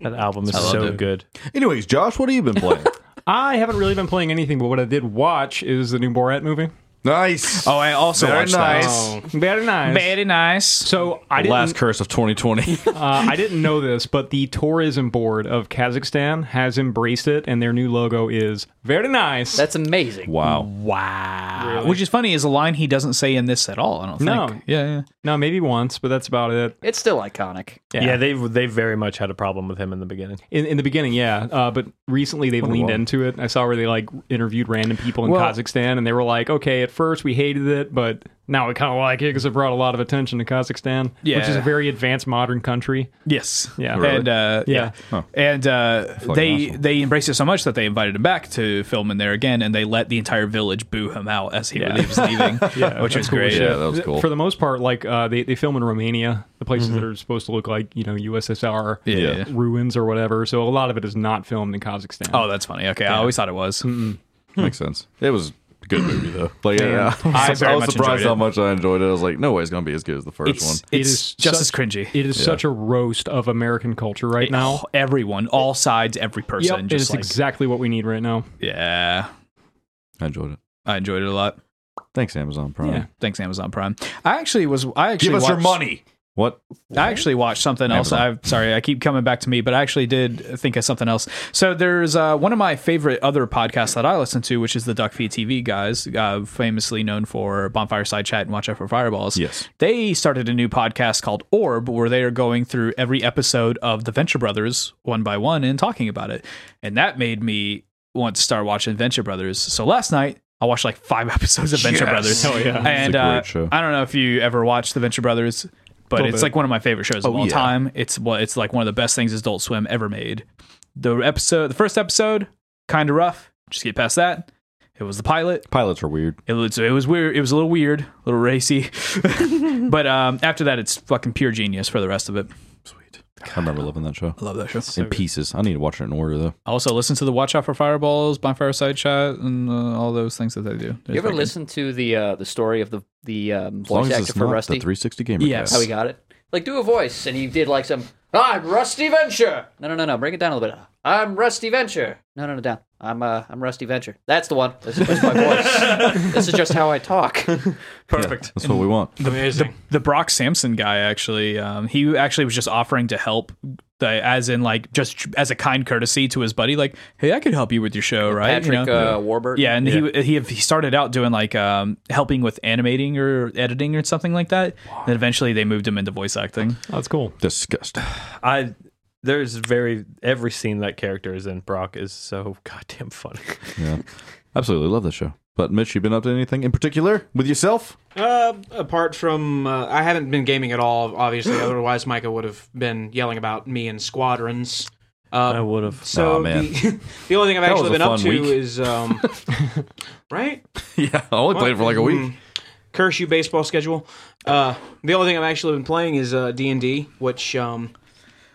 Speaker 1: That album is
Speaker 5: loved
Speaker 1: so
Speaker 5: it.
Speaker 1: good.
Speaker 2: Anyways, Josh, what have you been playing?
Speaker 6: I haven't really been playing anything, but what I did watch is the new Borat movie.
Speaker 2: [laughs] Nice.
Speaker 5: Oh, I also
Speaker 2: Very
Speaker 5: watched
Speaker 2: nice.
Speaker 5: that.
Speaker 6: Very nice.
Speaker 5: Very nice.
Speaker 6: So I didn't.
Speaker 2: Last curse of 2020.
Speaker 5: [laughs]
Speaker 6: Uh, I didn't know this, but the tourism board of Kazakhstan has embraced it, and their new logo is very nice.
Speaker 3: That's amazing.
Speaker 2: wow.
Speaker 5: Wow. Which is funny is a line he doesn't say in this at all. I don't
Speaker 6: No.
Speaker 5: think. Yeah, yeah.
Speaker 6: no, maybe once, but that's about it.
Speaker 3: It's still iconic.
Speaker 1: Yeah, they they very much had a problem with him in the beginning.
Speaker 6: In, in the beginning, yeah, uh, but recently they've leaned
Speaker 2: why.
Speaker 6: into it. I saw where they like interviewed random people in
Speaker 5: Well-
Speaker 6: Kazakhstan, and they were like, "Okay, at first we hated it, but now we kind of like it because it brought a lot of attention to Kazakhstan, which is
Speaker 5: Yeah.
Speaker 6: a very advanced modern country."
Speaker 5: Yes.
Speaker 6: Yeah.
Speaker 5: And uh,
Speaker 6: Yeah.
Speaker 5: yeah. And uh, they
Speaker 2: awesome.
Speaker 5: they embraced it so much that they invited him back to film in there again, and they let the entire village boo him out as he was leaving, which was great.
Speaker 2: Yeah, that was
Speaker 6: Th-
Speaker 2: cool.
Speaker 6: For the most part, like uh, they they film in Romania, the places that are supposed to look like you know USSR
Speaker 5: Yeah.
Speaker 6: ruins or whatever. So a lot of it is not filmed in Kazakhstan.
Speaker 5: Oh, that's funny. Okay, I always thought it was.
Speaker 2: Makes sense. It was a good movie though. Like yeah, I,
Speaker 5: [laughs] I
Speaker 2: was- I
Speaker 5: very
Speaker 2: was surprised
Speaker 5: much enjoyed it.
Speaker 2: how much I enjoyed it. I was like, no way it's gonna be as good as the first one.
Speaker 5: It's,
Speaker 6: It
Speaker 5: it's
Speaker 6: is
Speaker 5: just
Speaker 6: such-
Speaker 5: as cringy.
Speaker 6: It is such a roast of American culture right now.
Speaker 5: Oh, everyone, all sides, every
Speaker 6: Yep,
Speaker 5: person,
Speaker 6: it is
Speaker 5: just like
Speaker 6: exactly what we need right now.
Speaker 5: yeah.
Speaker 2: I enjoyed it.
Speaker 5: I enjoyed it a lot.
Speaker 2: Thanks, Amazon Prime.
Speaker 6: Yeah.
Speaker 5: Thanks, Amazon Prime. I actually was. I actually
Speaker 2: Give us
Speaker 5: watched,
Speaker 2: your money. What?
Speaker 5: I actually watched something else.
Speaker 2: Amazon.
Speaker 5: i sorry, I keep coming back to me, but I actually did think of something else. So there's uh, one of my favorite other podcasts that I listen to, which is the Duck Feed TV guys, uh, famously known for Bonfire Side Chat and Watch Out for Fireballs.
Speaker 2: Yes.
Speaker 5: They started a new podcast called Orb, where they are going through every episode of The Venture Brothers one by one and talking about it. And that made me want to start watching Venture Brothers. So last night, I watched like five [laughs] episodes of Venture Brothers. Oh, yeah. And
Speaker 2: great
Speaker 5: uh,
Speaker 2: show.
Speaker 5: I don't know if you ever watched The Venture Brothers, but it's like one of my favorite shows of all
Speaker 2: yeah.
Speaker 5: time. It's what it's like one of the best things Adult Swim ever made. The episode, the first episode, kind of rough. Just get past that. It was the pilot.
Speaker 2: Pilots are weird.
Speaker 5: It was it was weird. It was a little weird, a little racy, [laughs] but um, after that, it's fucking pure genius for the rest of it.
Speaker 2: I remember loving that show.
Speaker 5: I love that show.
Speaker 2: in pieces. I need to watch it in order though.
Speaker 5: I also listen to the Watch Out for Fireballs, Bonfire Side Chat, and uh, all those things that they do.
Speaker 3: You ever listen to the uh, the story of the the um,
Speaker 2: As long as
Speaker 3: voice actor
Speaker 2: it's
Speaker 3: for
Speaker 2: not
Speaker 3: Rusty?
Speaker 2: the 360 gamer.
Speaker 5: Yes.
Speaker 2: Cast.
Speaker 3: How Oh, he got it? Like do a voice, and he did like some. I'm Rusty Venture. No, no, no, no. Break it down a little bit. I'm Rusty Venture. No, no, no, down. I'm uh, I'm Rusty Venture. That's the one. This is just [laughs] my voice. this is just how I talk.
Speaker 1: Perfect.
Speaker 2: That's what we want.
Speaker 4: Amazing.
Speaker 5: Mm-hmm. the Brock Sampson guy actually. Um, he actually was just offering to help, the, as in like just as a kind courtesy to his buddy, like, hey, I could help you with your show, right? You
Speaker 3: Patrick
Speaker 5: know?
Speaker 3: uh, Warburton.
Speaker 5: Yeah, and he he he started out doing like um, helping with animating or editing or something like that. And then eventually they moved him into voice acting.
Speaker 6: Oh, that's cool.
Speaker 2: Disgusting.
Speaker 1: I there's very every scene that character is in Brock is so goddamn funny.
Speaker 2: Yeah. Absolutely love this show. But Mitch, you been up to anything in particular with yourself?
Speaker 4: Uh, apart from, uh, I haven't been gaming at all,
Speaker 2: [gasps]
Speaker 4: obviously. otherwise, Micah would have been yelling about me and squadrons.
Speaker 1: I would have.
Speaker 4: So
Speaker 2: Aw, man.
Speaker 4: The, [laughs] the only thing I've
Speaker 2: That was
Speaker 4: actually
Speaker 2: a
Speaker 4: been
Speaker 2: fun
Speaker 4: up to
Speaker 2: week. [laughs]
Speaker 4: is, um, right?
Speaker 2: Yeah, I only played it for like a
Speaker 5: Mm.
Speaker 2: week.
Speaker 4: Curse you, baseball schedule. Uh, the only thing I've actually been playing is uh, D and D, which um,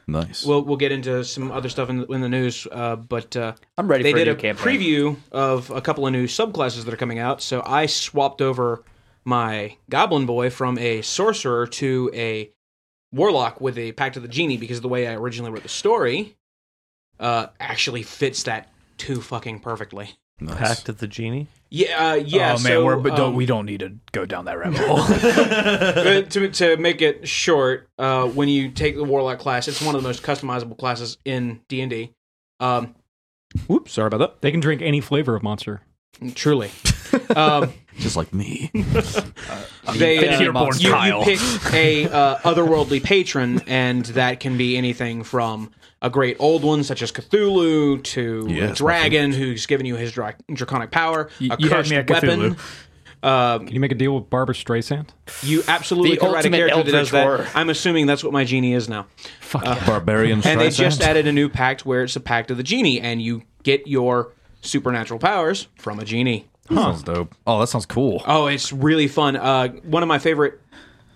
Speaker 2: Nice.
Speaker 4: we'll we'll get into some other stuff in, in the news. Uh, but uh,
Speaker 3: I'm ready
Speaker 4: they
Speaker 3: for a
Speaker 4: did
Speaker 3: new
Speaker 4: a
Speaker 3: campaign.
Speaker 4: preview of a couple of new subclasses that are coming out. So I swapped over my Goblin Boy from a sorcerer to a warlock with a Pact of the Genie because the way I originally wrote the story uh, actually fits that too fucking perfectly.
Speaker 2: nice.
Speaker 1: Pact of the Genie.
Speaker 4: Yeah, uh, yeah.
Speaker 5: oh man,
Speaker 4: so,
Speaker 5: we're, but don't,
Speaker 4: um,
Speaker 5: we don't need to go down that [laughs] rabbit hole.
Speaker 4: Uh, to, to make it short, uh, when you take the warlock class, it's one of the most customizable classes in D and D. Um, Whoops, sorry about
Speaker 6: They can drink any flavor of Monster.
Speaker 4: that. Truly, um,
Speaker 2: Just like
Speaker 4: [laughs]
Speaker 2: me.
Speaker 4: they
Speaker 5: Finish your
Speaker 4: uh,
Speaker 5: born
Speaker 4: you, you
Speaker 5: Uh, Kyle.
Speaker 4: pick a uh, otherworldly patron, and that can be anything from a great old one such as Cthulhu to
Speaker 2: Yes, my
Speaker 4: a dragon who's given you his dra- draconic power, a
Speaker 5: you had
Speaker 4: cursed
Speaker 5: me at
Speaker 4: weapon.
Speaker 5: Cthulhu.
Speaker 4: Um,
Speaker 6: Can you make a deal with Barbara Streisand?
Speaker 4: you absolutely
Speaker 3: The
Speaker 4: could write a
Speaker 3: ultimate
Speaker 4: character that does
Speaker 3: eldritch horror.
Speaker 4: that. I'm assuming that's what my genie is now.
Speaker 5: Uh,
Speaker 2: Barbarian.
Speaker 4: and they
Speaker 2: Streisand.
Speaker 4: just added a new pact where it's a pact of the genie, and you get your supernatural powers from a genie.
Speaker 2: That Sounds dope. Oh, that sounds cool.
Speaker 4: Oh, it's really fun. Uh, one of my favorite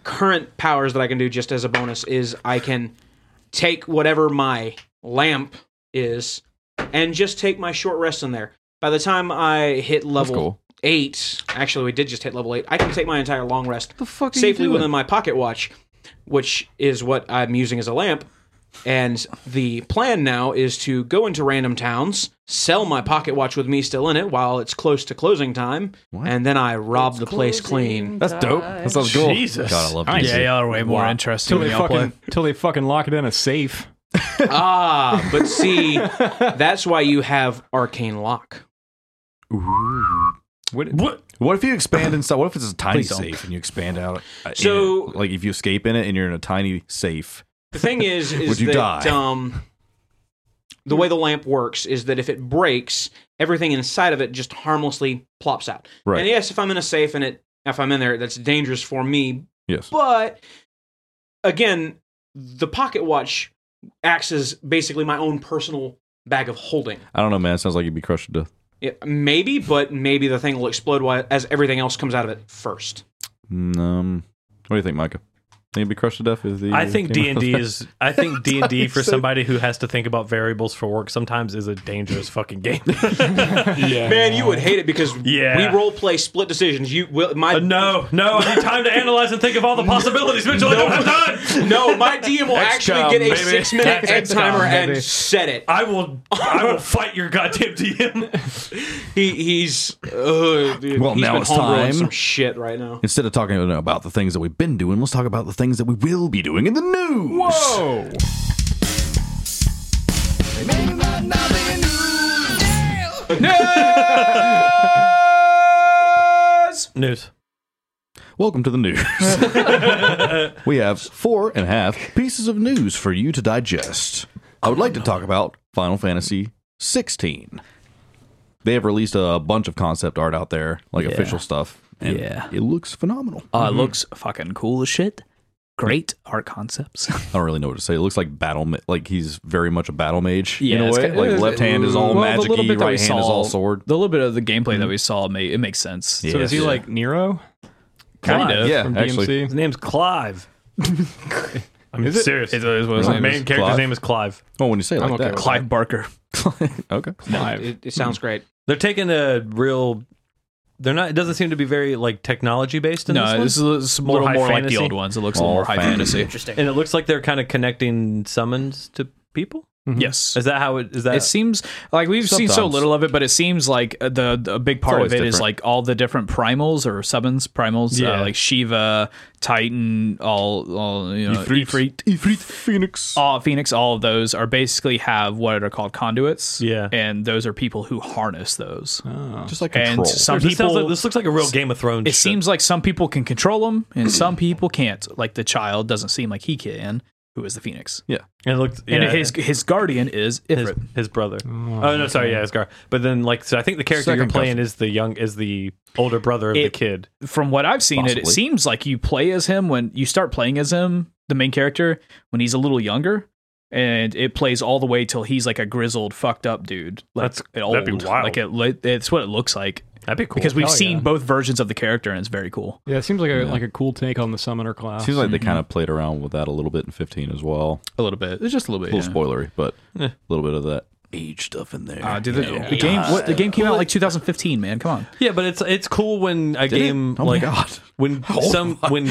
Speaker 4: current powers that I can do just as a bonus is I can take whatever my lamp is and just take my short rest in there. By the time I hit level
Speaker 2: cool.
Speaker 4: eight, actually, we did just hit level eight, I can take my entire long rest safely within my pocket watch, which is what I'm using as a lamp. And the plan now is to go into random towns, sell my pocket watch with me still in it while it's close to closing time, and then I rob the place clean.
Speaker 2: That's dope. That sounds cool.
Speaker 1: Jesus.
Speaker 2: God, I love
Speaker 6: Nice.
Speaker 2: these.
Speaker 5: Yeah, y'all are way more
Speaker 6: Wow.
Speaker 5: interesting
Speaker 6: Till
Speaker 5: than
Speaker 6: they
Speaker 5: y'all play.
Speaker 6: fucking till they fucking lock it in a safe.
Speaker 4: ah, but see,
Speaker 2: [laughs]
Speaker 4: that's why you have arcane lock.
Speaker 1: What?
Speaker 2: What if you expand inside? What if it's a tiny
Speaker 5: don't.
Speaker 2: safe and you expand out? uh, in
Speaker 4: So-
Speaker 2: it? like if you escape in it and you're in a tiny safe,
Speaker 4: The thing is,
Speaker 2: [laughs]
Speaker 4: is
Speaker 2: Would you
Speaker 4: that
Speaker 2: die?
Speaker 4: um, the way the lamp works is that if it breaks, everything inside of it just harmlessly plops out.
Speaker 2: Right.
Speaker 4: And yes, if I'm in a safe and it, if I'm in there, that's dangerous for me.
Speaker 2: yes,
Speaker 4: But again, the pocket watch acts as basically my own personal bag of holding.
Speaker 2: I don't know, man. It sounds like you'd be crushed to death.
Speaker 4: It, maybe, but maybe the thing will explode while, as everything else comes out of it first.
Speaker 2: Mm, Um, what do you think, Micah? Think you'd be crushed to death if the
Speaker 1: I think D
Speaker 2: came
Speaker 1: and
Speaker 2: out
Speaker 1: D
Speaker 2: with
Speaker 1: is. I think D [laughs] and D for somebody who has to think about variables for work sometimes is a dangerous fucking game.
Speaker 4: Man, you would hate it because
Speaker 1: Yeah.
Speaker 4: we role play split decisions. You will my
Speaker 1: Uh, no, no, I need time to analyze and think of all the possibilities, Mitchell. I don't have time.
Speaker 4: No, my DM will actually
Speaker 1: XCOM,
Speaker 4: get a
Speaker 1: baby.
Speaker 4: six minute
Speaker 1: That's
Speaker 4: end timer
Speaker 1: XCOM,
Speaker 4: and
Speaker 1: baby.
Speaker 4: set it.
Speaker 1: I will. I will fight your goddamn DM.
Speaker 4: He, he's uh, dude,
Speaker 2: Well,
Speaker 4: he's
Speaker 2: now
Speaker 4: been
Speaker 2: it's
Speaker 4: homebrewing
Speaker 2: time.
Speaker 4: some shit right now.
Speaker 2: [laughs] Instead of talking about the things that we've been doing, let's talk about the things that we will be doing in the news.
Speaker 6: Whoa!
Speaker 1: News.
Speaker 2: Welcome to the
Speaker 5: [laughs]
Speaker 2: news. we have four and a half pieces of news for you to digest. I would like to talk about Final Fantasy 16. They have released a bunch of concept art out there, like official stuff. And
Speaker 5: Yeah.
Speaker 2: It looks phenomenal.
Speaker 5: Uh, it looks fucking cool as shit. Great art concepts.
Speaker 2: I don't really know what to say. It looks like battle, ma- like he's very much a battle mage
Speaker 5: Yeah,
Speaker 2: in a
Speaker 5: it's
Speaker 2: way.
Speaker 5: ki-
Speaker 2: like
Speaker 5: it's-
Speaker 2: left hand is all
Speaker 5: well, the
Speaker 2: magic
Speaker 5: little bit that we
Speaker 2: right hand is all
Speaker 5: saw-
Speaker 2: sword. Mm-hmm.
Speaker 5: The little bit of the gameplay that we saw, made, it makes sense.
Speaker 6: So is he
Speaker 2: Yes.
Speaker 6: like Nero?
Speaker 1: Kind
Speaker 6: of.
Speaker 2: Yeah,
Speaker 6: from
Speaker 2: actually.
Speaker 1: His
Speaker 6: DMC.
Speaker 1: name's
Speaker 5: [laughs]
Speaker 1: Clive. I mean,
Speaker 6: Is it?
Speaker 1: serious.
Speaker 5: It is what his
Speaker 1: My
Speaker 5: name is.
Speaker 1: main character's
Speaker 2: Clive?
Speaker 1: name is Clive.
Speaker 2: Oh, when you say it like
Speaker 6: okay
Speaker 2: that.
Speaker 6: with
Speaker 5: Clive Barker.
Speaker 2: okay.
Speaker 4: It, it sounds great.
Speaker 1: They're taking a real. They're not. It doesn't seem to be very like technology based. In this,
Speaker 5: No,
Speaker 1: one.
Speaker 5: this is a little more,
Speaker 1: high
Speaker 5: more like the
Speaker 1: fantasy.
Speaker 5: old ones. It looks a little
Speaker 2: All
Speaker 5: more high fantasy.
Speaker 3: Interesting.
Speaker 1: and it looks like they're kind of connecting summons to people.
Speaker 5: Yes.
Speaker 2: Mm-hmm.
Speaker 1: Is that how it is? That
Speaker 5: It seems like we've seen so
Speaker 2: Sometimes.
Speaker 5: little of it, but it seems like uh, the, the- a big part of it
Speaker 2: always
Speaker 5: is
Speaker 2: different.
Speaker 5: like all the different primals or summons, primals,
Speaker 1: Yeah.
Speaker 5: uh, like Shiva, Titan, all, all you
Speaker 1: E
Speaker 5: know, Ifrit,
Speaker 2: Phoenix.
Speaker 5: all Phoenix, all of those are basically have what are called conduits.
Speaker 1: Yeah.
Speaker 5: and those are people who harness those.
Speaker 2: Just like
Speaker 5: and
Speaker 2: control.
Speaker 5: some
Speaker 1: this, sounds
Speaker 5: people,
Speaker 1: like, this looks like a real Game of Thrones.
Speaker 5: it seems like some people can control them, and some people can't. Like the child doesn't seem like he can. Who is the Phoenix?
Speaker 1: And it looked.
Speaker 5: And
Speaker 1: yeah.
Speaker 5: his his guardian is
Speaker 1: his,
Speaker 5: Ifrit.
Speaker 1: his brother. Oh, no, sorry, yeah, Isgar. But then, like, so I think the character
Speaker 2: Second
Speaker 1: you're playing is the young, is the older brother of the
Speaker 5: It-
Speaker 1: kid.
Speaker 5: from what I've seen, it, it
Speaker 2: Possibly.
Speaker 5: seems like you play as him when you start playing as him, the main character, when he's a little younger, and it plays all the way till he's like a grizzled, fucked up dude. Like,
Speaker 1: That's-
Speaker 5: an
Speaker 1: that'd be wild. Oh,
Speaker 5: Like it, li- it's what it looks like
Speaker 1: That'd be cool.
Speaker 5: because we've
Speaker 6: Hell
Speaker 5: seen
Speaker 6: yeah.
Speaker 5: both versions of the character, and it's very cool.
Speaker 6: Yeah, it seems like a like a cool take on the summoner class.
Speaker 2: Seems like they kind of played around with that a little bit in 15 as well.
Speaker 5: A little bit, it's just a little
Speaker 2: A
Speaker 5: bit.
Speaker 2: little spoilery, but a little bit of that age stuff in there.
Speaker 5: Uh, dude, the, the game, what the game came out like 2015, man. Come on,
Speaker 1: yeah, but it's it's cool when a game
Speaker 2: Oh my
Speaker 1: like
Speaker 2: God.
Speaker 1: [laughs] when some when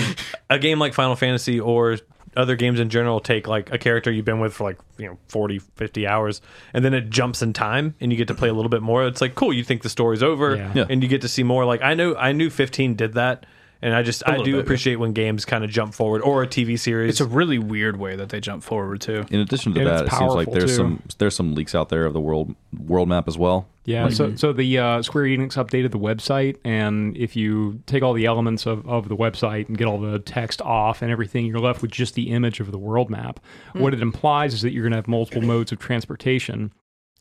Speaker 1: a game like Final Fantasy or other games in general take like a character you've been with for like you know 40 50 hours and then it jumps in time and you get to play a little bit more it's like cool you think the story's over
Speaker 6: Yeah.
Speaker 2: Yeah.
Speaker 1: and you get to see more like i know i knew 15 did that and i just i do appreciate when games kind of jump forward or a tv series
Speaker 5: it's a really weird way that they jump forward too.
Speaker 2: In addition to
Speaker 6: And it's
Speaker 2: that, it seems like
Speaker 6: powerful,
Speaker 2: there's
Speaker 6: too.
Speaker 2: some there's some leaks out there of the world world map as well.
Speaker 6: Yeah,
Speaker 5: mm-hmm.
Speaker 6: so so the uh, Square Enix updated the website, and if you take all the elements of, of the website and get all the text off and everything, you're left with just the image of the world map.
Speaker 5: Mm.
Speaker 6: What it implies is that you're going to have multiple modes of transportation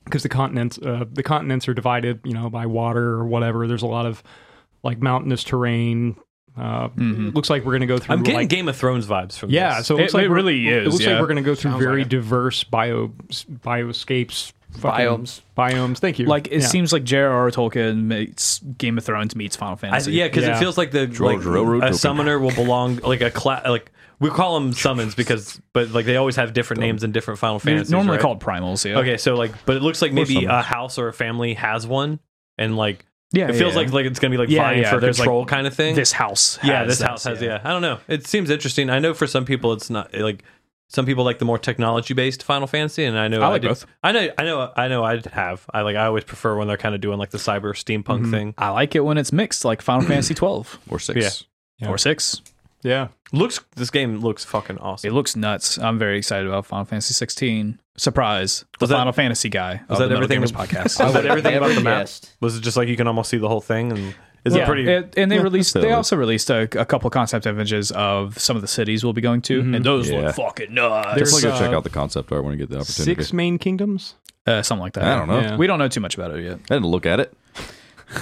Speaker 6: because the continents uh, the continents are divided, you know, by water or whatever. There's a lot of like mountainous terrain. Uh,
Speaker 5: Mm-hmm.
Speaker 6: It looks like we're going to go through.
Speaker 1: i'm getting
Speaker 6: like,
Speaker 1: game of thrones vibes from
Speaker 6: yeah,
Speaker 1: this.
Speaker 6: so it, looks
Speaker 5: It-
Speaker 6: like
Speaker 5: it
Speaker 6: we're-
Speaker 5: really
Speaker 6: It
Speaker 5: is,
Speaker 6: looks
Speaker 5: yeah.
Speaker 6: like we're going to go through very diverse bio bioscapes. fucking-
Speaker 3: Biomes.
Speaker 6: biomes. Thank you.
Speaker 5: Like it
Speaker 6: Yeah.
Speaker 5: seems like J.R.R. Tolkien meets Game of Thrones meets Final
Speaker 1: I,
Speaker 5: Fantasy.
Speaker 1: yeah, because it
Speaker 6: Yeah.
Speaker 1: feels like the like,
Speaker 2: draw, draw,
Speaker 1: a
Speaker 2: draw.
Speaker 1: summoner will belong like a cla- like we call them summons because but like they always have different names in different Final
Speaker 5: They're
Speaker 1: Fantasies.
Speaker 5: normally
Speaker 1: right?
Speaker 5: called primals. Yeah.
Speaker 1: okay, so like but it looks like maybe a
Speaker 2: summons.
Speaker 1: house or a family has one and like
Speaker 5: Yeah,
Speaker 1: it feels
Speaker 5: yeah.
Speaker 1: like like it's gonna be like
Speaker 5: Yeah,
Speaker 1: vying
Speaker 5: yeah,
Speaker 1: for
Speaker 5: there's, like,
Speaker 1: control kind of thing.
Speaker 5: this house.
Speaker 1: yeah,
Speaker 5: has
Speaker 1: this
Speaker 5: that,
Speaker 1: house has yeah. I don't know. It seems interesting. I know for some people it's not like Some people like the more technology based Final Fantasy, and I know
Speaker 5: I like
Speaker 1: did-
Speaker 5: both.
Speaker 1: I know, I know, I know. I have. I like. I always prefer when they're kind of doing like the cyber steampunk thing.
Speaker 5: I like it when it's mixed,
Speaker 1: [clears throat]
Speaker 5: like Final Fantasy 12
Speaker 2: or six.
Speaker 5: or 6.
Speaker 6: Yeah.
Speaker 1: Looks. This game looks fucking awesome.
Speaker 5: It looks nuts. I'm very excited about Final Fantasy 16. Surprise, the
Speaker 1: Was that-
Speaker 5: Final Fantasy guy.
Speaker 1: was
Speaker 5: of
Speaker 1: that
Speaker 5: the Metal
Speaker 1: everything-
Speaker 5: Gamers
Speaker 1: [laughs]
Speaker 5: podcast?
Speaker 1: Is that everything
Speaker 3: never
Speaker 1: about the map?
Speaker 3: guessed.
Speaker 1: Was it just like you can almost see the whole thing? And is it
Speaker 5: Yeah,
Speaker 1: pretty?
Speaker 5: and- and they released.
Speaker 2: that's
Speaker 5: They
Speaker 2: it.
Speaker 5: also released a, a couple concept images of some of the cities we'll be going to,
Speaker 1: Mm-hmm.
Speaker 5: and those
Speaker 2: Yeah.
Speaker 5: look fucking nuts.
Speaker 6: There's,
Speaker 2: Definitely go check
Speaker 6: uh,
Speaker 2: out the concept art when you get the opportunity.
Speaker 6: Six main kingdoms?
Speaker 5: Uh, something like that.
Speaker 2: I don't know.
Speaker 6: Yeah.
Speaker 5: We don't know too much about it yet.
Speaker 2: I didn't look at it.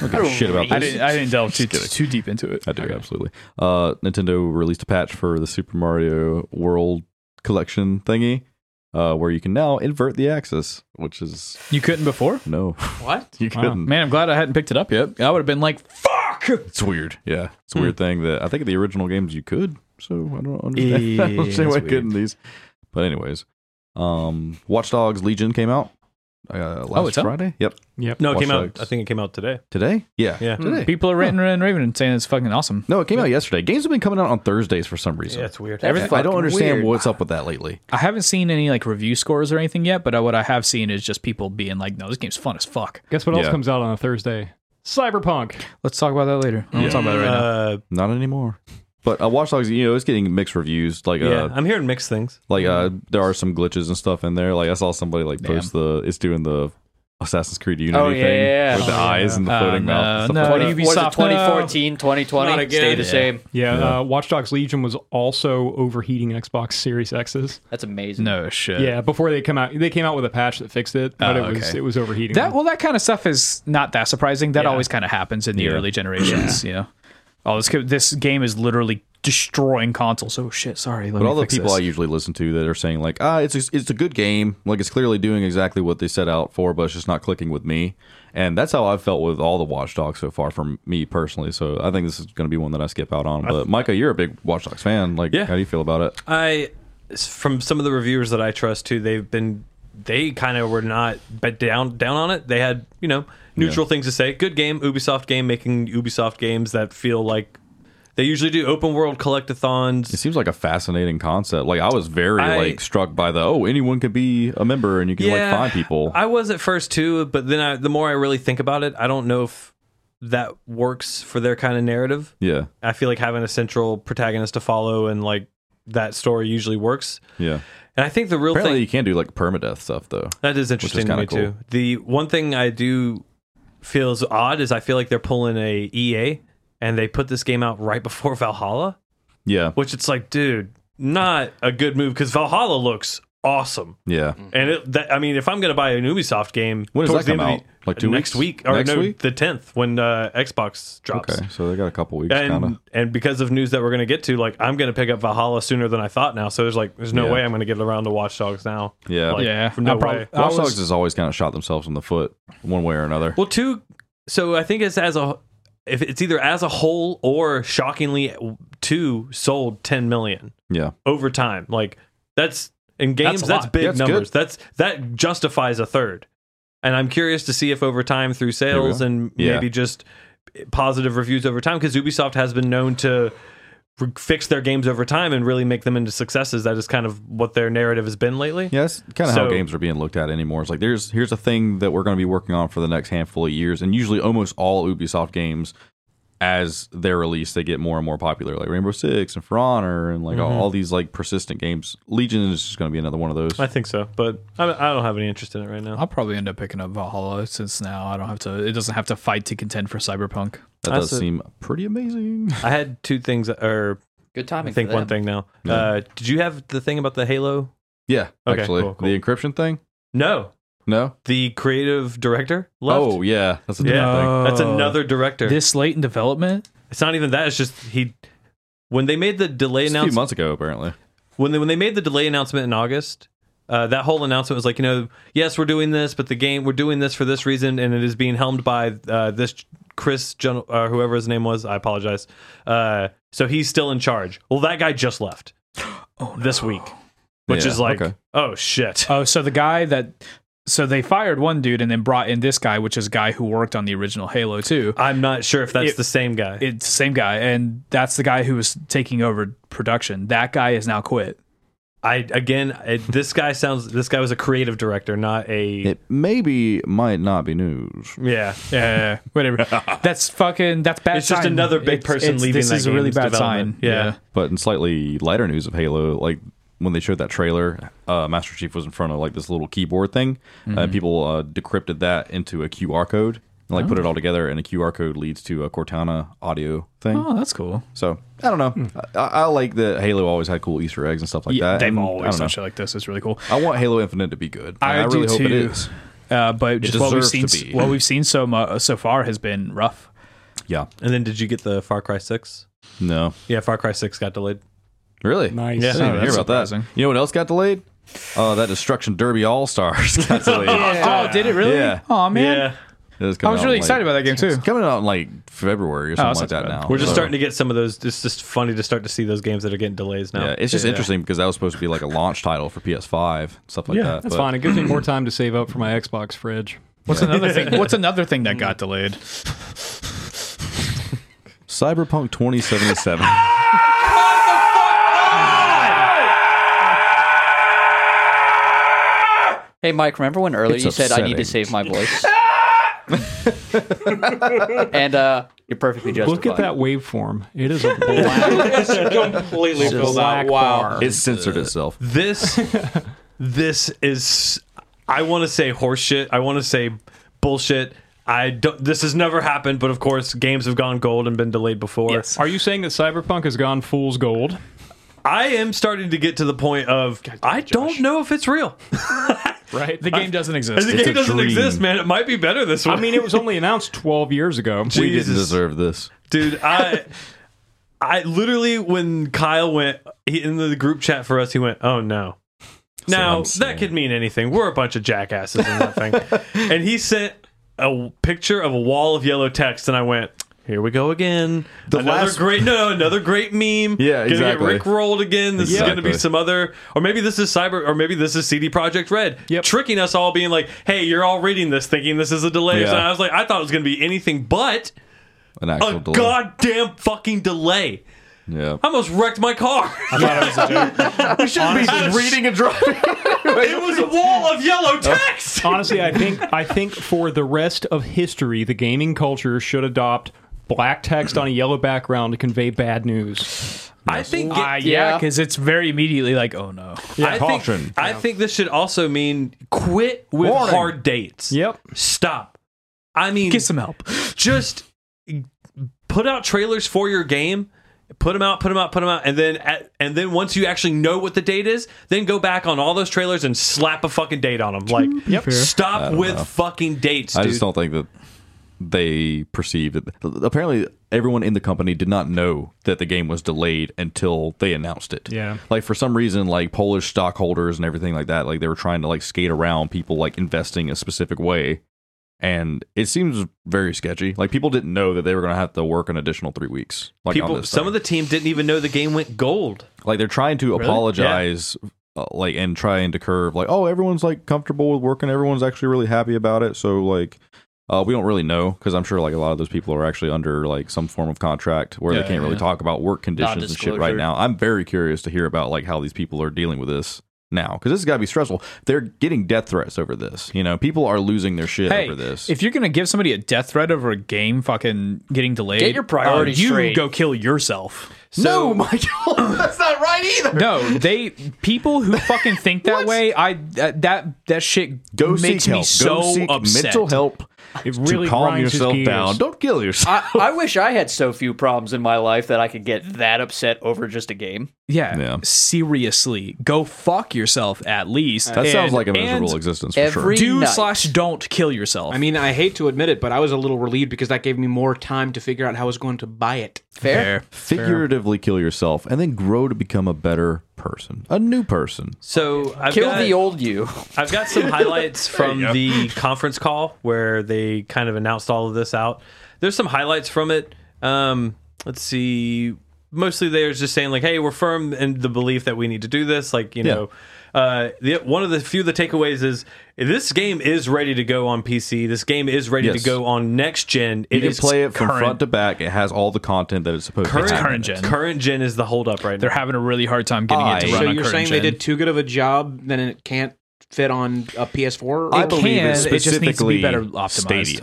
Speaker 2: Look at shit about
Speaker 5: I
Speaker 2: this.
Speaker 5: didn't. I didn't delve too too deep into it.
Speaker 2: I do absolutely. Uh, Nintendo released a patch for the Super Mario World collection thingy, uh, where you can now invert the axis, which is
Speaker 5: You couldn't before.
Speaker 2: no,
Speaker 4: What?
Speaker 2: [laughs] you couldn't.
Speaker 5: Man, I'm glad I hadn't picked it up yet. I would have been like, "Fuck!"
Speaker 2: It's weird. Yeah,
Speaker 3: Hmm.
Speaker 2: it's a weird thing that I think the original games you could. So I don't understand. [laughs] I don't understand why I couldn't these. But anyways, um, Watch Dogs Legion came out uh, last
Speaker 5: Oh, it's out?
Speaker 2: Friday. Yep,
Speaker 6: Yep.
Speaker 1: no, it
Speaker 2: Watch
Speaker 1: came out.
Speaker 2: Dogs.
Speaker 1: I think it came out today.
Speaker 2: today. Yeah,
Speaker 1: Yeah.
Speaker 3: Hmm.
Speaker 2: today.
Speaker 5: People are ranting and raving and saying it's fucking awesome.
Speaker 2: No, it came out yesterday. Games have been coming out on Thursdays for some reason.
Speaker 1: Yeah, it's weird.
Speaker 3: Everything-
Speaker 2: I don't
Speaker 3: fucking
Speaker 2: understand
Speaker 3: weird.
Speaker 2: what's up with that lately.
Speaker 5: I haven't seen any like review scores or anything yet, but I, what I have seen is just people being like, "No, this game's fun as fuck."
Speaker 6: Guess what else
Speaker 2: Yeah.
Speaker 6: comes out on a Thursday? Cyberpunk.
Speaker 5: Let's talk about that later. I don't wanna talk about it right now.
Speaker 1: Uh,
Speaker 2: Not anymore. But uh, Watch Dogs, you know, it's getting mixed reviews. Like,
Speaker 1: yeah,
Speaker 2: uh,
Speaker 1: I'm hearing mixed things.
Speaker 2: like uh, there are some glitches and stuff in there. Like, I saw somebody like post the it's doing the Assassin's Creed Unity
Speaker 3: Oh, yeah,
Speaker 2: thing
Speaker 3: yeah,
Speaker 2: with the
Speaker 3: yeah.
Speaker 2: eyes and the floating
Speaker 5: Uh, no,
Speaker 2: mouth. and stuff
Speaker 5: no.
Speaker 2: like
Speaker 5: What do you-
Speaker 2: that.
Speaker 3: What is it,
Speaker 5: Ubisoft, uh,
Speaker 3: 2014, 2020, stay the same.
Speaker 6: Yeah, Uh, Watch Dogs Legion was also overheating Xbox Series X's.
Speaker 3: That's amazing.
Speaker 5: No shit.
Speaker 6: Yeah, before they come out, they came out with a patch that fixed it, but
Speaker 5: Oh,
Speaker 6: it was
Speaker 5: Uh, okay.
Speaker 6: it was overheating.
Speaker 5: That well, that kind of stuff is not that surprising. That
Speaker 6: Yeah.
Speaker 5: always kind of happens in the early generations. Yeah. Oh, this co- this game is literally destroying consoles. Oh shit! Sorry. Let
Speaker 2: But
Speaker 5: me
Speaker 2: all the
Speaker 5: fix
Speaker 2: people
Speaker 5: this.
Speaker 2: I usually listen to that are saying like, ah, it's a, it's a good game. Like, it's clearly doing exactly what they set out for, but it's just not clicking with me. And that's how I've felt with all the Watch Dogs so far, for me personally. So I think this is going to be one that I skip out on. But Micah, you're a big Watch Dogs fan. Like,
Speaker 1: Yeah.
Speaker 2: how do you feel about it?
Speaker 1: I from some of the reviewers that I trust too, they've been they kind of were not but down down on it. They had you know neutral things to say. Good game, Ubisoft game, making Ubisoft games that feel like they usually do open world
Speaker 2: It
Speaker 1: collectathons.
Speaker 2: seems like a fascinating concept. Like I was very
Speaker 1: I-
Speaker 2: like struck by the oh anyone can be a member and you can like find people.
Speaker 1: I was at first too, but then I, the more I really think about it, I don't know if that works for their kind of narrative.
Speaker 2: yeah,
Speaker 1: I feel like having a central protagonist to follow and like that story usually works.
Speaker 2: yeah.
Speaker 1: And I think the real
Speaker 2: Apparently
Speaker 1: thing
Speaker 2: you can do like permadeath stuff though.
Speaker 1: That is interesting to
Speaker 2: kinda
Speaker 1: me too.
Speaker 2: cool.
Speaker 1: The one thing I do feel is odd is I feel like they're pulling a EA and they put this game out right before [laughs] Valhalla,
Speaker 2: Yeah,
Speaker 1: which it's like, dude, not a good move because Valhalla looks awesome.
Speaker 2: yeah.
Speaker 1: And it, that, I mean, if I'm going to buy an Ubisoft game,
Speaker 2: When does
Speaker 1: towards
Speaker 2: that
Speaker 1: the
Speaker 2: come
Speaker 1: end of
Speaker 2: out?
Speaker 1: The,
Speaker 2: Like two
Speaker 1: next
Speaker 2: weeks?
Speaker 1: week or
Speaker 2: Next
Speaker 1: no,
Speaker 2: week?
Speaker 1: the tenth when uh, Xbox drops.
Speaker 2: Okay, so they got a couple weeks
Speaker 1: And
Speaker 2: kind of.
Speaker 1: and because of news that we're going to get to, like I'm going to pick up Valhalla sooner than I thought now. So there's like there's no
Speaker 2: Yeah.
Speaker 1: way I'm going to get around to Watch Dogs now.
Speaker 2: Yeah.
Speaker 1: like,
Speaker 5: Yeah,
Speaker 1: no
Speaker 5: I prob-
Speaker 1: way.
Speaker 2: Watch
Speaker 5: I was-
Speaker 2: Dogs has always kind of shot themselves in the foot one way or another.
Speaker 1: Well, two. So I think it's as a if it's either as a whole or shockingly two sold 10 million
Speaker 2: Yeah,
Speaker 1: over time. Like that's in games
Speaker 5: a
Speaker 1: that's,
Speaker 5: lot.
Speaker 1: big
Speaker 2: That's good.
Speaker 1: numbers. That's that justifies a third. And I'm curious to see if over time through sales
Speaker 2: are.
Speaker 1: and
Speaker 2: Yeah.
Speaker 1: maybe just positive reviews over time because Ubisoft has been known to re- fix their games over time and really make them into successes. That is kind of what their narrative has been lately.
Speaker 2: yeah. That's kind of how
Speaker 1: So-
Speaker 2: games are being looked at anymore. It's like there's here's a thing that we're going to be working on for the next handful of years, and usually almost all Ubisoft games as they're released, they get more and more popular, like Rainbow Six and For Honor, and like all, all these like persistent games. Legion is just going to be another one of those.
Speaker 1: I think so, but I, I don't have any interest in it right now.
Speaker 5: I'll probably end up picking up Valhalla since now I don't have to. It doesn't have to fight to contend for Cyberpunk.
Speaker 2: That
Speaker 1: I
Speaker 2: does
Speaker 1: said-
Speaker 2: seem pretty amazing. [laughs]
Speaker 1: I had two things, or
Speaker 3: Good
Speaker 1: I
Speaker 3: timing.
Speaker 1: think
Speaker 3: for
Speaker 1: one thing
Speaker 3: them.
Speaker 1: now. Uh, did you have the thing about the Halo?
Speaker 2: Yeah,
Speaker 1: Okay,
Speaker 2: actually,
Speaker 1: cool, cool.
Speaker 2: the encryption thing.
Speaker 1: No,
Speaker 2: No.
Speaker 1: the creative director left.
Speaker 2: Oh yeah, Uh, that's a different
Speaker 1: yeah, that's
Speaker 5: Oh.
Speaker 1: another director.
Speaker 5: This late in development,
Speaker 1: it's not even that. It's just he. When they made the delay
Speaker 2: thing. Just a few
Speaker 1: announcement,
Speaker 2: months ago, apparently.
Speaker 1: when they, when they made the delay announcement in August, uh, that whole announcement was like, you know, yes, we're doing this, but the game we're doing this for this reason, and it is being helmed by uh, this Chris, Gen- uh, whoever his name was. I apologize. Uh, so he's still in charge. Well, that guy just left this week, which
Speaker 2: Yeah,
Speaker 1: is like,
Speaker 2: okay.
Speaker 1: oh shit.
Speaker 5: Oh, so the guy that so they fired one dude and then brought in this guy, which is a guy who worked on the original Halo 2.
Speaker 1: I'm not sure if that's
Speaker 5: It-
Speaker 1: the same guy.
Speaker 5: It's the same guy, and that's the guy who was taking over production. That guy has now quit.
Speaker 1: I again, it, this guy sounds. This guy was a creative director, not a.
Speaker 2: It maybe might not be news.
Speaker 1: yeah, yeah,
Speaker 5: Yeah,
Speaker 1: [laughs]
Speaker 5: whatever. That's fucking. That's bad.
Speaker 1: It's just
Speaker 5: sign.
Speaker 1: another big person leaving
Speaker 5: This
Speaker 1: that
Speaker 5: is a really
Speaker 1: game's
Speaker 5: bad sign.
Speaker 1: development. Yeah.
Speaker 2: But in slightly lighter news of Halo, like when they showed that trailer, uh, Master Chief was in front of like this little keyboard thing.
Speaker 5: Mm-hmm.
Speaker 2: Uh, people uh, decrypted that into a QR code and like put
Speaker 5: Oh.
Speaker 2: it all together, and a QR code leads to a Cortana audio thing.
Speaker 5: Oh, that's cool.
Speaker 2: So I don't know. I, I like that Halo always had cool Easter eggs and stuff like that.
Speaker 5: they've
Speaker 2: and I
Speaker 5: always
Speaker 2: don't know.
Speaker 5: done shit like this. It's really cool.
Speaker 2: I want Halo Infinite to be good. I,
Speaker 5: I,
Speaker 2: I really
Speaker 5: do
Speaker 2: hope
Speaker 5: too.
Speaker 2: it is.
Speaker 5: Uh, but just what we've
Speaker 2: deserves
Speaker 5: seen,
Speaker 2: to be.
Speaker 5: what we've seen so mu- so far has been rough.
Speaker 2: Yeah.
Speaker 1: And then did you get the Far Cry Six?
Speaker 2: No.
Speaker 1: Yeah, Far Cry Six got delayed.
Speaker 2: Really?
Speaker 6: Nice.
Speaker 2: Yeah, I didn't
Speaker 5: Oh,
Speaker 2: even hear
Speaker 5: that's
Speaker 2: about that.
Speaker 5: surprising.
Speaker 2: You know what else got delayed? Oh, that Destruction Derby All Stars got
Speaker 5: [laughs]
Speaker 2: delayed.
Speaker 5: Oh, did it really?
Speaker 2: Yeah.
Speaker 5: Oh man,
Speaker 1: Yeah,
Speaker 2: It
Speaker 5: I was
Speaker 2: coming out
Speaker 5: really
Speaker 2: in, like-
Speaker 5: excited about that game too.
Speaker 2: It's coming out in like February or something
Speaker 5: that's
Speaker 2: like
Speaker 5: not
Speaker 2: that
Speaker 5: too bad.
Speaker 2: now.
Speaker 1: we're just
Speaker 2: So,
Speaker 1: starting to get some of those. It's just funny to start to see those games that are getting delays now.
Speaker 2: Yeah, it's just interesting because that was supposed to be like a launch title for PS5, stuff like
Speaker 1: Yeah,
Speaker 2: that.
Speaker 6: That's
Speaker 2: Uh, but-
Speaker 6: fine. It gives me more time to save up for my Xbox fridge.
Speaker 5: What's another
Speaker 2: [laughs]
Speaker 5: thing? What's another thing that got delayed?
Speaker 2: Cyberpunk 2077.
Speaker 3: Hey, Mike, remember when earlier
Speaker 2: It's
Speaker 3: you said I need to
Speaker 2: upsetting.
Speaker 3: save my voice? [laughs] and uh, you're perfectly justified.
Speaker 6: Look at that waveform. It is a black,
Speaker 4: It's completely filled out.
Speaker 6: black
Speaker 4: Wow.
Speaker 6: bar.
Speaker 2: it censored itself.
Speaker 5: [laughs]
Speaker 1: This, this is. I want to say horseshit. I want to say bullshit. I don't. This has never happened, but of course, games have gone gold and been delayed before.
Speaker 5: Yes.
Speaker 6: Are you saying that Cyberpunk has gone fool's gold?
Speaker 1: I am starting to get to the point of I don't know if it's real.
Speaker 6: Right.
Speaker 5: The game doesn't exist.
Speaker 1: [laughs] The game doesn't
Speaker 2: dream.
Speaker 1: exist, man. It might be better this way.
Speaker 6: I mean, it was only announced 12 years ago.
Speaker 2: We didn't
Speaker 1: Jesus.
Speaker 2: deserve this.
Speaker 1: dude
Speaker 2: [laughs]
Speaker 1: i i literally when kyle went he, in the group chat for us he went oh no now that could mean anything we're a bunch of jackasses in that thing
Speaker 2: [laughs]
Speaker 1: and he sent a picture of a wall of yellow text and i went here we go again. another
Speaker 2: last-
Speaker 1: great no, another great meme.
Speaker 2: [laughs] Yeah,
Speaker 1: Gonna
Speaker 2: exactly.
Speaker 1: get rickrolled again. This is gonna
Speaker 2: Exactly.
Speaker 1: be some other, or maybe this is cyber, or maybe this is CD Project Red tricking us all, being like, "Hey, you're all reading this, thinking this is a delay."
Speaker 2: Yeah.
Speaker 1: And I was like, I thought it was gonna be anything but
Speaker 2: An actual
Speaker 1: a
Speaker 2: delay.
Speaker 1: goddamn fucking delay.
Speaker 2: Yeah.
Speaker 1: I almost wrecked my car. [laughs]
Speaker 2: We shouldn't be reading and driving.
Speaker 1: it was a wall of yellow text.
Speaker 6: Honestly, I think I think for the rest of history, the gaming culture should adopt black text on a yellow background to convey bad news.
Speaker 1: I think. it-
Speaker 5: Ah, yeah,
Speaker 3: Yeah.
Speaker 5: because it's very immediately like, oh no.
Speaker 1: I
Speaker 2: caution.
Speaker 1: think. I think this should also mean quit with
Speaker 2: Warning.
Speaker 1: hard dates.
Speaker 6: Yep.
Speaker 1: Stop. I mean,
Speaker 5: Get some help.
Speaker 1: just put out trailers for your game. Put them out, put them out, put them out, and then at, and then once you actually know what the date is, then go back on all those trailers and slap a fucking date on them. Like,
Speaker 6: Yep.
Speaker 1: stop with
Speaker 2: know.
Speaker 1: fucking dates, dude.
Speaker 2: I just don't think that they perceived it. Apparently, everyone in the company did not know that the game was delayed until they announced it.
Speaker 6: Yeah.
Speaker 2: like for some reason, like Polish stockholders and everything like that, like they were trying to like skate around people like investing a specific way, and it seems very sketchy. Like people didn't know that they were going to have to work an additional three weeks. Like on
Speaker 1: People,
Speaker 2: this
Speaker 1: some
Speaker 2: thing.
Speaker 1: of the team didn't even know the game went gold.
Speaker 2: like they're trying to apologize. Uh, like and trying to curve like oh everyone's like comfortable with working everyone's actually really happy about it so like uh, we don't really know because i'm sure like a lot of those people are actually under like some form of contract where
Speaker 5: Yeah,
Speaker 2: they can't really
Speaker 5: yeah.
Speaker 2: talk about work conditions and shit right
Speaker 3: Non-disclosure.
Speaker 2: now i'm very curious to hear about like how these people are dealing with this now because this has got to be stressful they're getting death threats over this you know people are losing their shit
Speaker 5: Hey,
Speaker 2: over this
Speaker 5: if you're gonna give somebody a death threat over a game, fucking getting delayed,
Speaker 3: Get your priorities
Speaker 5: uh, you
Speaker 3: straight.
Speaker 5: go kill yourself.
Speaker 1: So,
Speaker 2: no [laughs] michael that's not right either
Speaker 5: No, they people who fucking think that way. I that that, that shit
Speaker 2: go
Speaker 5: makes
Speaker 2: seek
Speaker 5: me
Speaker 2: help
Speaker 5: so
Speaker 2: go seek
Speaker 5: upset.
Speaker 2: mental help
Speaker 6: It really
Speaker 2: to calm
Speaker 6: grinds his
Speaker 2: yourself
Speaker 6: gears.
Speaker 2: down don't kill yourself
Speaker 3: I, [laughs] I wish I had so few problems in my life that I could get that upset over just a game.
Speaker 5: Yeah,
Speaker 2: Yeah.
Speaker 5: seriously, go fuck yourself at least.
Speaker 2: That sounds like a
Speaker 5: and
Speaker 2: miserable existence for
Speaker 3: every-
Speaker 2: sure.
Speaker 5: Do
Speaker 3: Night.
Speaker 5: slash don't kill yourself.
Speaker 4: I mean, I hate to admit it, but I was a little relieved because that gave me more time to figure out how I was going to buy it.
Speaker 3: Fair.
Speaker 2: Figuratively kill yourself and then grow to become a better person, a new person.
Speaker 1: so I've
Speaker 3: Kill
Speaker 1: got,
Speaker 3: the old you. [laughs]
Speaker 1: I've got some
Speaker 2: [laughs]
Speaker 1: highlights from the conference call where they kind of announced all of this out. There's some highlights from it. Um, let's see. Mostly they're just saying like, "Hey, we're firm in the belief that we need to do this." Like you know, Uh, the, one of the few of the takeaways is this game is ready to go on PC. This game is ready
Speaker 2: Yes.
Speaker 1: to go on next gen.
Speaker 2: You can play it from
Speaker 5: current.
Speaker 2: front to back. It has all the content that it's supposed
Speaker 1: current,
Speaker 2: to have.
Speaker 5: current gen.
Speaker 1: Current gen is the holdup right
Speaker 5: They're
Speaker 1: now.
Speaker 5: having a really hard time getting it
Speaker 2: I-
Speaker 5: to run
Speaker 4: So
Speaker 5: on
Speaker 4: you're
Speaker 5: current
Speaker 4: saying they
Speaker 5: gen.
Speaker 4: did too good of a job, then it can't fit on a PS4?
Speaker 2: I
Speaker 5: It
Speaker 2: believe
Speaker 5: can,
Speaker 2: it's
Speaker 5: it just needs to
Speaker 2: specifically
Speaker 5: be better optimized.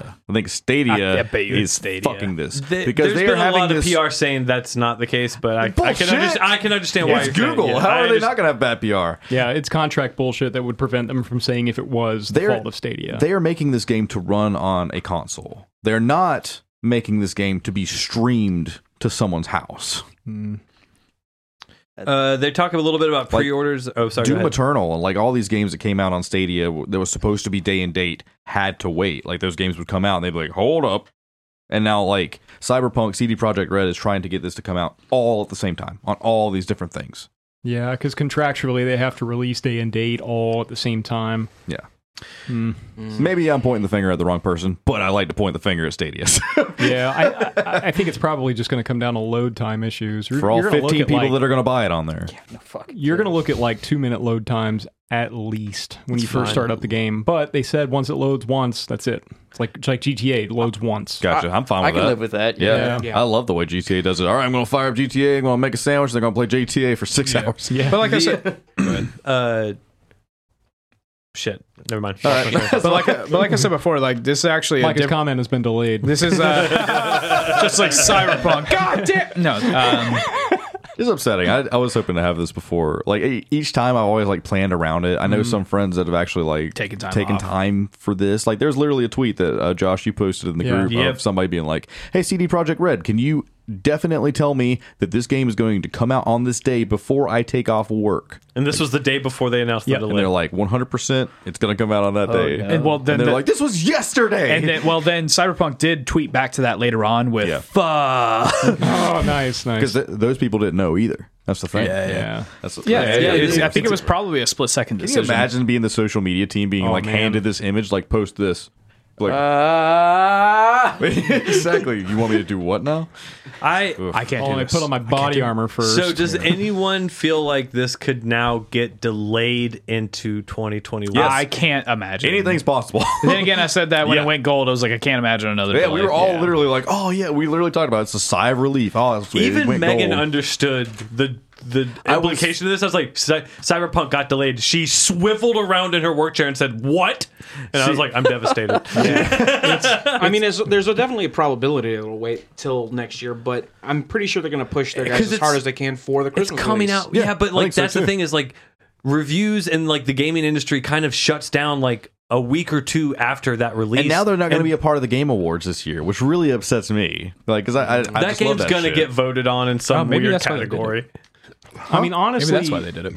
Speaker 2: Stadia. I think
Speaker 5: I- I
Speaker 2: Stadia
Speaker 5: bet you
Speaker 2: is
Speaker 5: it's Stadia.
Speaker 2: fucking this
Speaker 1: Th-
Speaker 2: because
Speaker 1: there's
Speaker 2: they are
Speaker 1: been a
Speaker 2: having
Speaker 1: lot of
Speaker 2: this.
Speaker 1: PR saying that's not the case, but I, I can
Speaker 2: Bullshit.
Speaker 1: understand. I can understand why
Speaker 2: It's
Speaker 1: you're saying
Speaker 2: Google.
Speaker 1: it.
Speaker 2: How
Speaker 1: I
Speaker 2: are they
Speaker 1: understand-
Speaker 2: not going to have bad PR?
Speaker 6: Yeah, it's contract bullshit that would prevent them from saying if it was the fault of Stadia.
Speaker 2: They are making this game to run on a console. They're not making this game to be streamed to someone's house.
Speaker 1: Uh, they talk a little bit about
Speaker 2: Like,
Speaker 1: pre-orders. oh, sorry. go
Speaker 2: Doom
Speaker 1: ahead.
Speaker 2: Eternal and like all these games that came out on Stadia w- that was supposed to be day and date had to wait. Like those games would come out and they'd be like, hold up. And now like Cyberpunk CD Projekt Red is trying to get this to come out all at the same time on all these different things.
Speaker 6: yeah, because contractually they have to release day and date all at the same time.
Speaker 2: Yeah.
Speaker 6: Hmm.
Speaker 2: Maybe I'm pointing the finger at the wrong person, but I like to point the finger at Stadia. [laughs]
Speaker 6: Yeah, I, I, I think it's probably just going to come down to load time issues. You're-
Speaker 2: For all
Speaker 6: you're gonna look
Speaker 2: 15
Speaker 6: at,
Speaker 2: people
Speaker 6: like-
Speaker 2: that are going to buy it on there.
Speaker 3: No, fuck.
Speaker 6: You're going to look at like two minute load times at least when you first start up the game. But they said once it loads once, that's it. It's like it's like GTA it loads once.
Speaker 2: Gotcha. I'm fine
Speaker 3: I
Speaker 2: with
Speaker 3: can
Speaker 2: that.
Speaker 3: live with that. Yeah.
Speaker 2: Yeah. I love the way GTA does it. All right, I'm going to fire up GTA. I'm going to make a sandwich. They're going to play GTA for six hours. Yeah.
Speaker 6: [laughs]
Speaker 5: But like I said,
Speaker 1: Uh, shit. Never mind.
Speaker 5: but like, but like I said before, like this is actually a
Speaker 6: Mike's
Speaker 5: diff-
Speaker 6: comment has been delayed.
Speaker 5: this is uh, just like Cyberpunk. [laughs] God damn. No, um,
Speaker 2: It's upsetting. I, I was hoping to have this before. Like e- each time, I've always like planned around it. I know some friends that have actually like
Speaker 5: Mm-hmm. Taken time
Speaker 2: taken
Speaker 5: off.
Speaker 2: time for this. Like there's literally a tweet that uh, Josh you posted in the
Speaker 6: Yeah.
Speaker 2: group
Speaker 1: Yep.
Speaker 2: of somebody being like, "Hey, CD Project Red, can you definitely tell me that this game is going to come out on this day before I take off work?"
Speaker 1: and this was the day before they announced the
Speaker 2: And they're
Speaker 1: delay.
Speaker 2: like, "100%, it's going to come out on that day."
Speaker 5: Oh, and well then
Speaker 2: And they're
Speaker 5: the-
Speaker 2: like, "This was yesterday."
Speaker 5: [laughs] and
Speaker 2: [laughs]
Speaker 5: then, well then Cyberpunk did tweet back to that later on with
Speaker 2: Yeah.
Speaker 5: fuck.
Speaker 6: [laughs] oh, nice, nice.
Speaker 2: because th- those people didn't know either. That's the thing.
Speaker 5: Yeah,
Speaker 6: Yeah.
Speaker 2: That's the-
Speaker 5: Yeah,
Speaker 2: yeah,
Speaker 5: it's-
Speaker 2: yeah.
Speaker 5: I think it was probably a split second
Speaker 2: Can you
Speaker 5: decision.
Speaker 2: imagine being the social media team being like
Speaker 6: man.
Speaker 2: handed this image, like post this? Like,
Speaker 3: Uh,
Speaker 2: [laughs] exactly. You want me to do what now?
Speaker 1: I
Speaker 5: I can't
Speaker 6: Oh,
Speaker 5: do
Speaker 6: I
Speaker 5: this.
Speaker 6: put on my body armor first.
Speaker 1: So does anyone feel like this could now get delayed into 2021?
Speaker 5: I can't imagine
Speaker 2: Anything's [laughs] possible.
Speaker 5: Then again, I said that when
Speaker 1: Yeah.
Speaker 5: it went gold, I was like, I can't imagine another.
Speaker 2: yeah,
Speaker 5: delay.
Speaker 2: we were all
Speaker 5: Yeah.
Speaker 2: literally like, oh yeah, we literally talked about it. it's a sigh of relief. Oh, that's sweet. It
Speaker 1: Even
Speaker 2: went
Speaker 1: Megan
Speaker 2: gold.
Speaker 1: understood the the
Speaker 2: was-
Speaker 1: implication of this. I was like, Cy- Cyberpunk got delayed. She swiveled around in her work chair and said, "What?" And I was like, "I'm
Speaker 2: [laughs]
Speaker 1: devastated."
Speaker 4: [laughs] I mean, there's, there's a, definitely a probability it'll wait till next year, but I'm pretty sure they're going to push their guys as
Speaker 1: it's-
Speaker 4: hard as they can for the
Speaker 1: it's
Speaker 4: Christmas.
Speaker 1: coming
Speaker 4: release.
Speaker 1: out yeah, but
Speaker 2: I
Speaker 1: like
Speaker 2: think so,
Speaker 1: that's the
Speaker 2: too.
Speaker 1: thing is like reviews and like the gaming industry kind of shuts down like a week or two after that release
Speaker 2: and now they're not going to
Speaker 1: And
Speaker 2: be a part of the Game Awards this year, which really upsets me. Like, because I, I, I just
Speaker 1: that
Speaker 2: love
Speaker 1: game's
Speaker 2: that
Speaker 1: gonna
Speaker 2: shit. Oh,
Speaker 1: get voted on in some
Speaker 5: maybe
Speaker 1: weird
Speaker 5: that's why they did it.
Speaker 1: category.
Speaker 6: I mean, honestly,
Speaker 5: Maybe that's why they did it.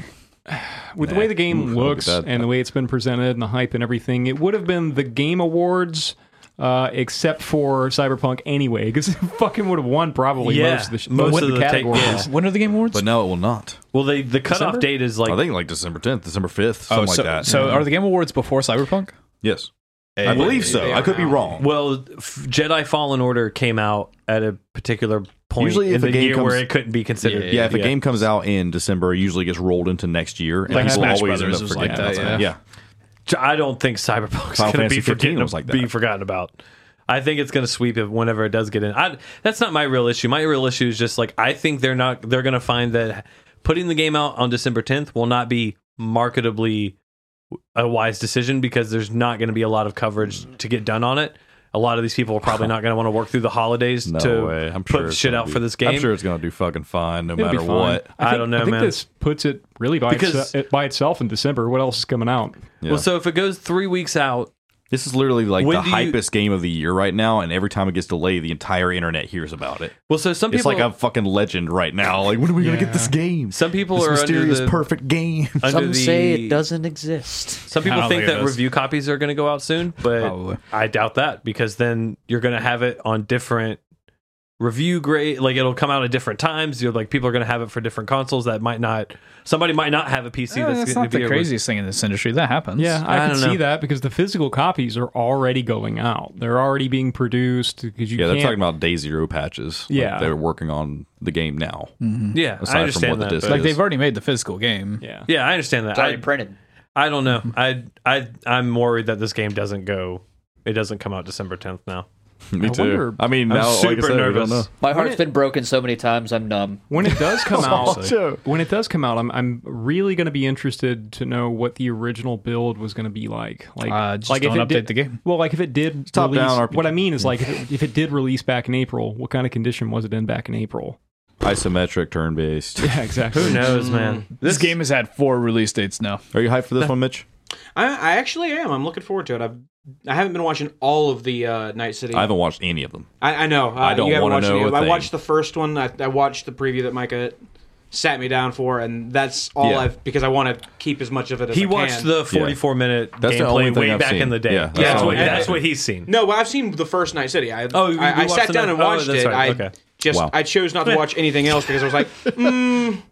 Speaker 6: with the way the game
Speaker 2: Ooh,
Speaker 6: looks
Speaker 2: look at that.
Speaker 6: and the way it's been presented and the hype and everything, it would have been the Game Awards, uh, except for Cyberpunk anyway, because [laughs] it fucking would have won probably
Speaker 1: Yeah,
Speaker 6: most of the, sh-
Speaker 1: most
Speaker 6: most
Speaker 1: of
Speaker 6: of the
Speaker 1: the take-
Speaker 6: categories.
Speaker 1: yeah.
Speaker 5: [sighs] When are the Game Awards?
Speaker 2: But no, it will not.
Speaker 1: Well, they the cutoff
Speaker 5: December?
Speaker 1: date is like
Speaker 2: I think like December 10th, December 5th, something
Speaker 5: Oh, so,
Speaker 2: like that.
Speaker 5: so are the Game Awards before Cyberpunk?
Speaker 2: yes, I believe so. I could be wrong.
Speaker 1: well, f- Jedi Fallen Order came out at a particular point
Speaker 2: Usually if
Speaker 1: in the
Speaker 2: a game
Speaker 1: year
Speaker 2: comes-
Speaker 1: where it couldn't be considered.
Speaker 2: Yeah, if a game comes out in December, it usually gets rolled into next year, and
Speaker 5: Like
Speaker 2: people
Speaker 5: Smash
Speaker 2: always
Speaker 5: Brothers
Speaker 2: end
Speaker 5: was
Speaker 2: up forgetting
Speaker 5: like that,
Speaker 2: about
Speaker 5: yeah.
Speaker 1: I don't think Cyberpunk's going
Speaker 2: Final
Speaker 1: to
Speaker 2: Fantasy
Speaker 1: be
Speaker 2: 15
Speaker 1: forgotten,
Speaker 2: was like that.
Speaker 1: be forgotten about. I think it's going to sweep it whenever it does get in. I, that's not my real issue. My real issue is just like I think they're not they're going to find that putting the game out on December 10th will not be marketably a wise decision because there's not going to be a lot of coverage to get done on it. A lot of these people are probably not going to want to work through the holidays
Speaker 2: [laughs] No
Speaker 1: to
Speaker 2: way. I'm
Speaker 1: put
Speaker 2: sure it's
Speaker 1: shit
Speaker 2: gonna
Speaker 1: out
Speaker 2: be-
Speaker 1: for this game.
Speaker 2: I'm sure it's going to do fucking fine, no
Speaker 6: It'll be
Speaker 2: matter
Speaker 6: fine.
Speaker 2: what.
Speaker 1: I
Speaker 6: think-
Speaker 1: don't know,
Speaker 6: I think
Speaker 1: man.
Speaker 6: this puts it really by,
Speaker 1: Because-
Speaker 6: itse- it- by itself in December. What else is coming out?
Speaker 1: Well,
Speaker 2: Yeah.
Speaker 1: so if it goes three weeks out,
Speaker 2: This is literally like
Speaker 1: When
Speaker 2: the
Speaker 1: do you-
Speaker 2: hypest game of the year right now, and every time it gets delayed, the entire internet hears about it.
Speaker 1: well, so some
Speaker 2: It's
Speaker 1: people
Speaker 2: like a fucking legend right now. Like, when are we going to get this game?
Speaker 1: some people
Speaker 2: this
Speaker 1: are
Speaker 2: mysterious,
Speaker 1: under the, [laughs]
Speaker 2: perfect game.
Speaker 1: under
Speaker 3: some
Speaker 1: the,
Speaker 3: say it doesn't exist.
Speaker 1: Some
Speaker 5: I
Speaker 1: people
Speaker 5: don't
Speaker 1: think
Speaker 5: think it
Speaker 1: that
Speaker 5: does.
Speaker 1: review copies are going to go out soon, but
Speaker 5: Probably.
Speaker 1: I doubt that because then you're going to have it on different review grade like it'll come out at different times you're like people are going to have it for different consoles that might not somebody might not have a pc
Speaker 5: Eh,
Speaker 1: that's,
Speaker 5: that's
Speaker 1: going
Speaker 5: not
Speaker 1: to be
Speaker 5: the
Speaker 1: a-
Speaker 5: craziest thing in this industry. That happens.
Speaker 6: Yeah, I,
Speaker 1: I
Speaker 6: can
Speaker 1: don't
Speaker 6: see
Speaker 1: know.
Speaker 6: that because the physical copies are already going out. They're already being produced because you
Speaker 2: Yeah, they're
Speaker 6: can't-
Speaker 2: talking about day zero patches. Like,
Speaker 6: Yeah.
Speaker 2: they're working on the game now.
Speaker 1: yeah
Speaker 2: Aside
Speaker 1: i
Speaker 2: from
Speaker 1: understand
Speaker 2: what the
Speaker 1: that
Speaker 2: disc
Speaker 1: but-
Speaker 5: Like
Speaker 2: is.
Speaker 5: they've already made the physical game.
Speaker 6: Yeah.
Speaker 1: yeah i understand that
Speaker 3: It's already
Speaker 1: I,
Speaker 3: printed.
Speaker 1: I don't know i i i'm worried that this game doesn't go it doesn't come out december 10th now
Speaker 2: Me
Speaker 6: too. wonder-
Speaker 2: I mean,
Speaker 1: I'm
Speaker 2: now, like I
Speaker 1: super
Speaker 2: said, we don't
Speaker 1: nervous.
Speaker 2: know.
Speaker 3: My heart's been broken so many times. I'm numb.
Speaker 6: When it does come out,
Speaker 2: Awesome.
Speaker 6: when it does come out, I'm I'm really going to be interested to know what the original build was going to be like. Like,
Speaker 5: Uh, just
Speaker 6: like if
Speaker 5: don't
Speaker 6: it did-
Speaker 5: update the game.
Speaker 6: Well, like if it did
Speaker 2: top
Speaker 6: release,
Speaker 2: down RPG.
Speaker 6: what I mean is like if it, if it did release back in April, what kind of condition was it in back in April?
Speaker 2: Isometric turn based.
Speaker 6: Yeah, exactly.
Speaker 1: who knows man
Speaker 2: Mm.
Speaker 5: This game has had four release dates now.
Speaker 2: Are you hyped for this one, Mitch?
Speaker 4: I, I actually am. I'm looking forward to it. I've I haven't been watching all of the uh, Night City.
Speaker 2: I haven't watched any of them.
Speaker 4: I, I know. Uh,
Speaker 2: I don't
Speaker 4: you haven't
Speaker 2: wanna
Speaker 4: watched
Speaker 2: know
Speaker 4: any of
Speaker 2: a
Speaker 4: it. I
Speaker 2: thing.
Speaker 4: watched the first one. I, I watched the preview that Micah sat me down for, and that's all
Speaker 2: Yeah.
Speaker 4: I've because I want to keep as much of it. as
Speaker 1: he
Speaker 4: I
Speaker 1: watched
Speaker 4: can.
Speaker 1: the 44 minute
Speaker 2: That's the only
Speaker 1: gameplay
Speaker 2: thing
Speaker 1: way
Speaker 2: I've
Speaker 1: back
Speaker 2: seen.
Speaker 1: in the day
Speaker 2: Yeah,
Speaker 1: yeah,
Speaker 2: that's
Speaker 1: that's,
Speaker 2: the
Speaker 1: what,
Speaker 2: only thing
Speaker 1: that's
Speaker 2: I've
Speaker 1: what he's seen
Speaker 4: No, well, I've seen the first Night City. I
Speaker 1: Oh, you-
Speaker 4: I,
Speaker 1: you
Speaker 4: I
Speaker 1: watched
Speaker 4: sat
Speaker 1: the
Speaker 4: down
Speaker 1: night-
Speaker 4: and
Speaker 1: oh,
Speaker 4: watched
Speaker 1: that's
Speaker 4: it.
Speaker 1: right,
Speaker 4: I
Speaker 1: okay.
Speaker 4: just
Speaker 2: Wow.
Speaker 4: I chose not to watch anything else because I was like, mm,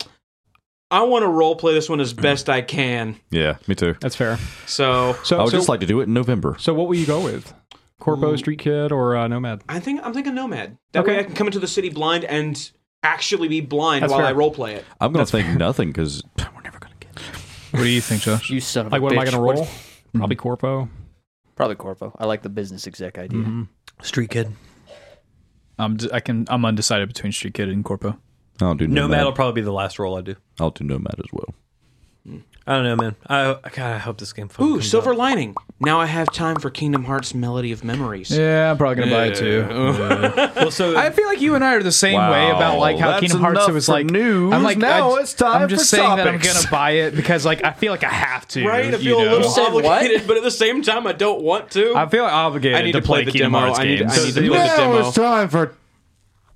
Speaker 4: I want to role play this one as best I can.
Speaker 2: Yeah, me too.
Speaker 6: That's fair.
Speaker 4: So
Speaker 6: So,
Speaker 2: I would
Speaker 6: so,
Speaker 2: just like to do it in November.
Speaker 6: so what will you go with? Corpo, Street Kid, or uh, Nomad?
Speaker 4: I think I'm thinking Nomad. That
Speaker 6: Okay.
Speaker 4: way I can come into the city blind and actually be blind
Speaker 6: That's
Speaker 4: while
Speaker 6: fair.
Speaker 4: I role play it.
Speaker 2: I'm going to [laughs] think nothing because we're never going to get it.
Speaker 5: What do you think, Josh? [laughs]
Speaker 3: You son of
Speaker 6: Like,
Speaker 3: a
Speaker 6: what
Speaker 3: bitch.
Speaker 6: am I going to
Speaker 3: What-
Speaker 6: roll? Probably Corpo.
Speaker 3: Probably Corpo. I like the business exec idea.
Speaker 1: street kid
Speaker 5: I'm d- I can I'm undecided between Street Kid and Corpo.
Speaker 2: I'll do Nomad.
Speaker 1: nomad will probably be the last role i do
Speaker 2: I'll do Nomad as well.
Speaker 1: i don't know man i god i hope this game fucking
Speaker 4: Ooh,
Speaker 1: comes
Speaker 4: silver
Speaker 1: out.
Speaker 4: lining. Now I have time for Kingdom Hearts Melody of Memories.
Speaker 5: Yeah, I'm probably gonna buy it too.
Speaker 1: well so
Speaker 5: [laughs] I feel like you and I are the same way
Speaker 2: Wow,
Speaker 5: about like how
Speaker 2: that's
Speaker 5: Kingdom Hearts
Speaker 2: enough
Speaker 5: was
Speaker 2: for
Speaker 5: like
Speaker 2: news.
Speaker 5: I'm like
Speaker 2: Now
Speaker 5: I,
Speaker 2: it's time
Speaker 5: I'm just
Speaker 2: for
Speaker 5: saying that I'm
Speaker 2: topics.
Speaker 5: gonna buy it because like I feel like I have to.
Speaker 4: Right? I
Speaker 5: you
Speaker 4: feel a
Speaker 5: know?
Speaker 4: little
Speaker 3: said what?
Speaker 4: obligated, but at the same time, I don't want to.
Speaker 5: I feel obligated
Speaker 4: I need
Speaker 5: to,
Speaker 4: to play
Speaker 5: play
Speaker 4: the
Speaker 5: Kingdom
Speaker 4: demo.
Speaker 5: Hearts
Speaker 4: I need to-
Speaker 5: games.
Speaker 4: I need to play the demo.
Speaker 2: time for.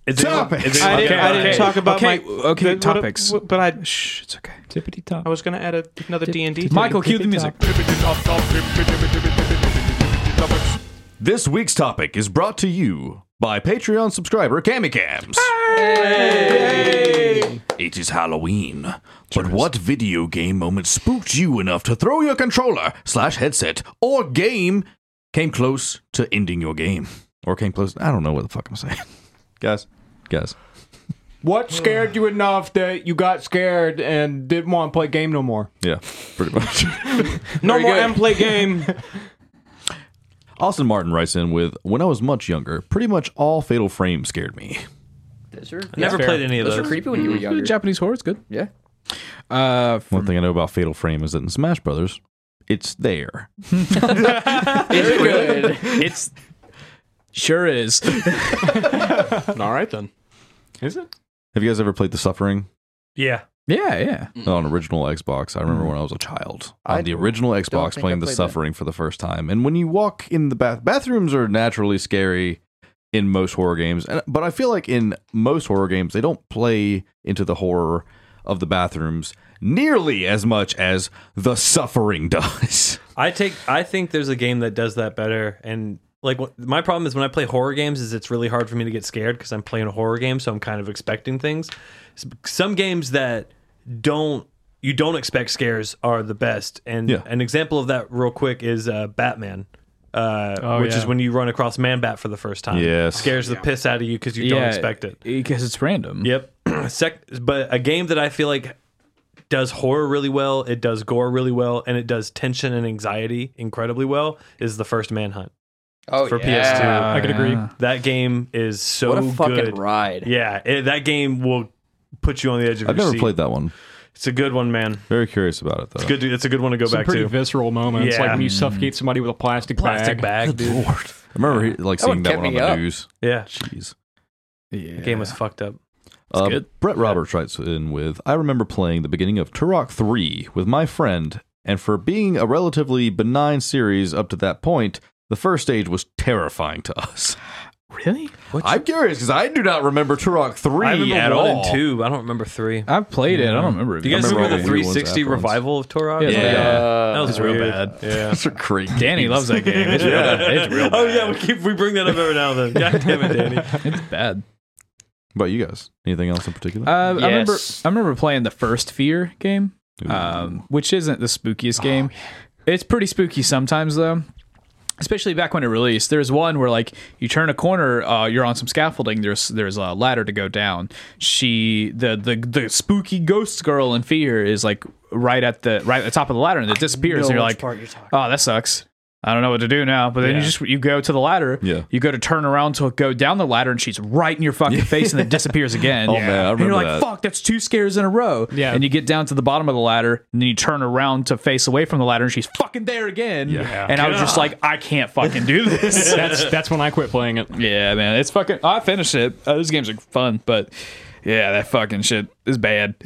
Speaker 1: is anyone-
Speaker 2: Topics.
Speaker 1: is
Speaker 4: I
Speaker 1: anyone-
Speaker 4: didn't,
Speaker 1: okay,
Speaker 4: I didn't
Speaker 1: okay.
Speaker 4: talk about
Speaker 5: Okay,
Speaker 4: my
Speaker 5: okay,
Speaker 4: but- but-
Speaker 5: topics.
Speaker 4: But, I,
Speaker 5: Shh, it's okay.
Speaker 6: Tippity top.
Speaker 4: I was going to add a, another D and D.
Speaker 5: Michael, cue the music.
Speaker 2: This week's topic is brought to you by Patreon subscriber Cammy Cams. It is Halloween, but what video game moment spooked you enough to throw your controller slash headset or game came close to ending your game or came close? I don't know what the fuck I'm saying, guys. Guys,
Speaker 6: What scared you enough that you got scared and didn't want to play game no more?
Speaker 2: yeah, pretty much. [laughs]
Speaker 4: No more M play game.
Speaker 2: Austin Martin writes in with, "When I was much younger, pretty much all Fatal Frame scared me."
Speaker 3: Those are,
Speaker 1: never played any of
Speaker 3: those are
Speaker 1: those
Speaker 3: creepy when you were younger.
Speaker 5: Japanese horror is good.
Speaker 3: Yeah.
Speaker 5: Uh,
Speaker 2: One thing I know about Fatal Frame is that in Smash Brothers, it's there.
Speaker 3: Good.
Speaker 5: it's sure is.
Speaker 4: [laughs] All right then.
Speaker 6: Is it?
Speaker 2: Have you guys ever played The Suffering
Speaker 1: yeah
Speaker 5: Yeah, yeah.
Speaker 2: on original Xbox? I remember when I was a child on the original Xbox
Speaker 3: think I
Speaker 2: playing The
Speaker 3: played that.
Speaker 2: Suffering for the first time. And when you walk in the bath, bathrooms are naturally scary in most horror games, and, but I feel like in most horror games they don't play into the horror of the bathrooms nearly as much as The Suffering [laughs] does.
Speaker 1: I take. I think there's a game that does that better. And like, wh- my problem is when I play horror games, is it's really hard for me to get scared because I'm playing a horror game, so I'm kind of expecting things. S- Some games that don't you don't expect scares are the best. And
Speaker 2: Yeah.
Speaker 1: an example of that, real quick, is uh, Batman. Uh,
Speaker 6: Oh,
Speaker 1: which
Speaker 6: yeah.
Speaker 1: is when you run across Man Bat for the first time.
Speaker 2: Yes.
Speaker 1: Scares the piss out of you because you don't expect it.
Speaker 5: because it's random.
Speaker 1: Yep. [clears throat] Sec- but a game that I feel like does horror really well, it does gore really well, and it does tension and anxiety incredibly well is the first Manhunt.
Speaker 3: Oh,
Speaker 1: For
Speaker 3: yeah.
Speaker 1: PS2.
Speaker 6: I could agree.
Speaker 5: Uh,
Speaker 1: That game is so
Speaker 3: What a fucking
Speaker 1: good.
Speaker 3: ride.
Speaker 1: Yeah, it- that game will put you on the edge of
Speaker 2: I've
Speaker 1: your
Speaker 2: never
Speaker 1: seat.
Speaker 2: played that one.
Speaker 1: It's a good one, man.
Speaker 2: Very curious about it though.
Speaker 1: Good. It's a good one to go
Speaker 6: Some
Speaker 1: back
Speaker 6: pretty
Speaker 1: to.
Speaker 6: visceral moments, like
Speaker 1: Yeah.
Speaker 6: when you suffocate somebody with a plastic,
Speaker 1: Plastic bag, dude.
Speaker 2: I remember he- like
Speaker 3: That one
Speaker 2: seeing that
Speaker 3: kept
Speaker 2: one on
Speaker 3: me
Speaker 2: the
Speaker 3: up.
Speaker 2: news.
Speaker 1: Yeah,
Speaker 2: Jeez.
Speaker 1: the game was fucked up.
Speaker 2: Uh,
Speaker 5: good.
Speaker 2: Brett Roberts writes in with I remember playing the beginning of Turok 3 with my friend, and for being a relatively benign series up to that point, the first stage was terrifying to us.
Speaker 5: Really?
Speaker 2: I'm curious because I do not remember Turok 3
Speaker 1: I remember
Speaker 2: at
Speaker 1: one
Speaker 2: all.
Speaker 1: and two. I don't remember three.
Speaker 5: I've played it. I don't remember. it.
Speaker 1: Do you guys
Speaker 5: I
Speaker 1: remember,
Speaker 2: all
Speaker 1: the
Speaker 2: the weird ones
Speaker 1: 360
Speaker 2: afterwards.
Speaker 1: revival of Turok?
Speaker 5: Yeah,
Speaker 2: Yeah.
Speaker 1: that
Speaker 5: It's
Speaker 1: was
Speaker 5: real
Speaker 1: weird.
Speaker 5: bad.
Speaker 1: Yeah.
Speaker 2: [laughs] Those are great.
Speaker 5: Danny loves that [laughs] game. It's, real, it's real
Speaker 1: Oh yeah, we keep we bring that up every now and then. God damn it, Danny.
Speaker 5: bad.
Speaker 2: about you guys? Anything else in particular?
Speaker 5: Uh, I remember
Speaker 3: Yes.
Speaker 5: I remember playing the first Fear game,
Speaker 2: Ooh.
Speaker 5: um, which isn't the spookiest
Speaker 3: Oh,
Speaker 5: game. It's pretty spooky sometimes though. Especially back when it released, there's one where like you turn a corner, uh, you're on some scaffolding. There's there's a ladder to go down. She the the the spooky ghost girl in fear is like right at the right at the top of the ladder and it disappears.
Speaker 3: know
Speaker 5: and you're
Speaker 3: which
Speaker 5: like,
Speaker 3: part you're talking
Speaker 5: oh, that sucks. I don't know what to do now. But then you just you go to the ladder.
Speaker 2: Yeah.
Speaker 5: You go to turn around to go down the ladder and she's right in
Speaker 2: [laughs]
Speaker 5: your fucking face and then disappears again.
Speaker 2: Oh, man, I
Speaker 5: And you're
Speaker 2: remember
Speaker 5: like,
Speaker 2: that.
Speaker 5: fuck fuck, that's two scares in a row.
Speaker 6: Yeah.
Speaker 5: And you get down to the bottom of the ladder and then you turn around to face away from the ladder and she's fucking there again.
Speaker 2: Yeah.
Speaker 5: And I was just like, I can't fucking do
Speaker 1: [laughs]
Speaker 5: this.
Speaker 6: That's that's when I quit playing it.
Speaker 5: yeah, man. It's fucking, I finished it. Uh, those games are fun, but yeah, that fucking shit is bad.
Speaker 1: [laughs]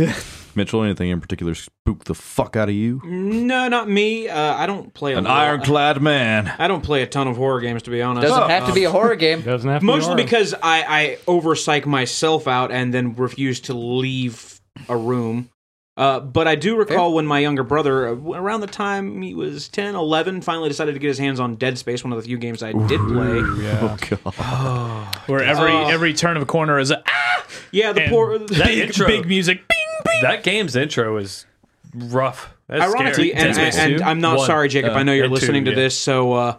Speaker 2: Mitchell, anything in particular spooked the fuck out of you?
Speaker 4: No, not me. Uh, I don't play a
Speaker 2: An
Speaker 4: lot-
Speaker 2: ironclad man.
Speaker 4: I don't play a ton of horror games to be honest. Uh,
Speaker 3: Doesn't have to be a horror game.
Speaker 6: Doesn't have to be
Speaker 4: Mostly
Speaker 6: hard.
Speaker 4: because I, I over psych myself out and then refuse to leave a room. Uh, but I do recall when my younger brother, uh, around the time he was 10, 11, finally decided to get his hands on Dead Space, one of the few games I did play.
Speaker 2: Oh god.
Speaker 5: Where every
Speaker 1: Oh.
Speaker 5: every turn of a corner is a ah,
Speaker 4: Yeah, the poor. [laughs]
Speaker 1: That
Speaker 5: big,
Speaker 1: intro-
Speaker 5: big music. Bing, bing.
Speaker 1: [laughs] That game's intro is rough. That's
Speaker 4: ironically,
Speaker 1: scary.
Speaker 4: and,
Speaker 1: Dead
Speaker 4: and,
Speaker 1: Space
Speaker 4: and
Speaker 1: 2,
Speaker 4: I'm not
Speaker 1: one,
Speaker 4: sorry, Jacob.
Speaker 1: uh,
Speaker 4: I know you're
Speaker 1: and two,
Speaker 4: listening to
Speaker 1: yeah.
Speaker 4: this, so uh,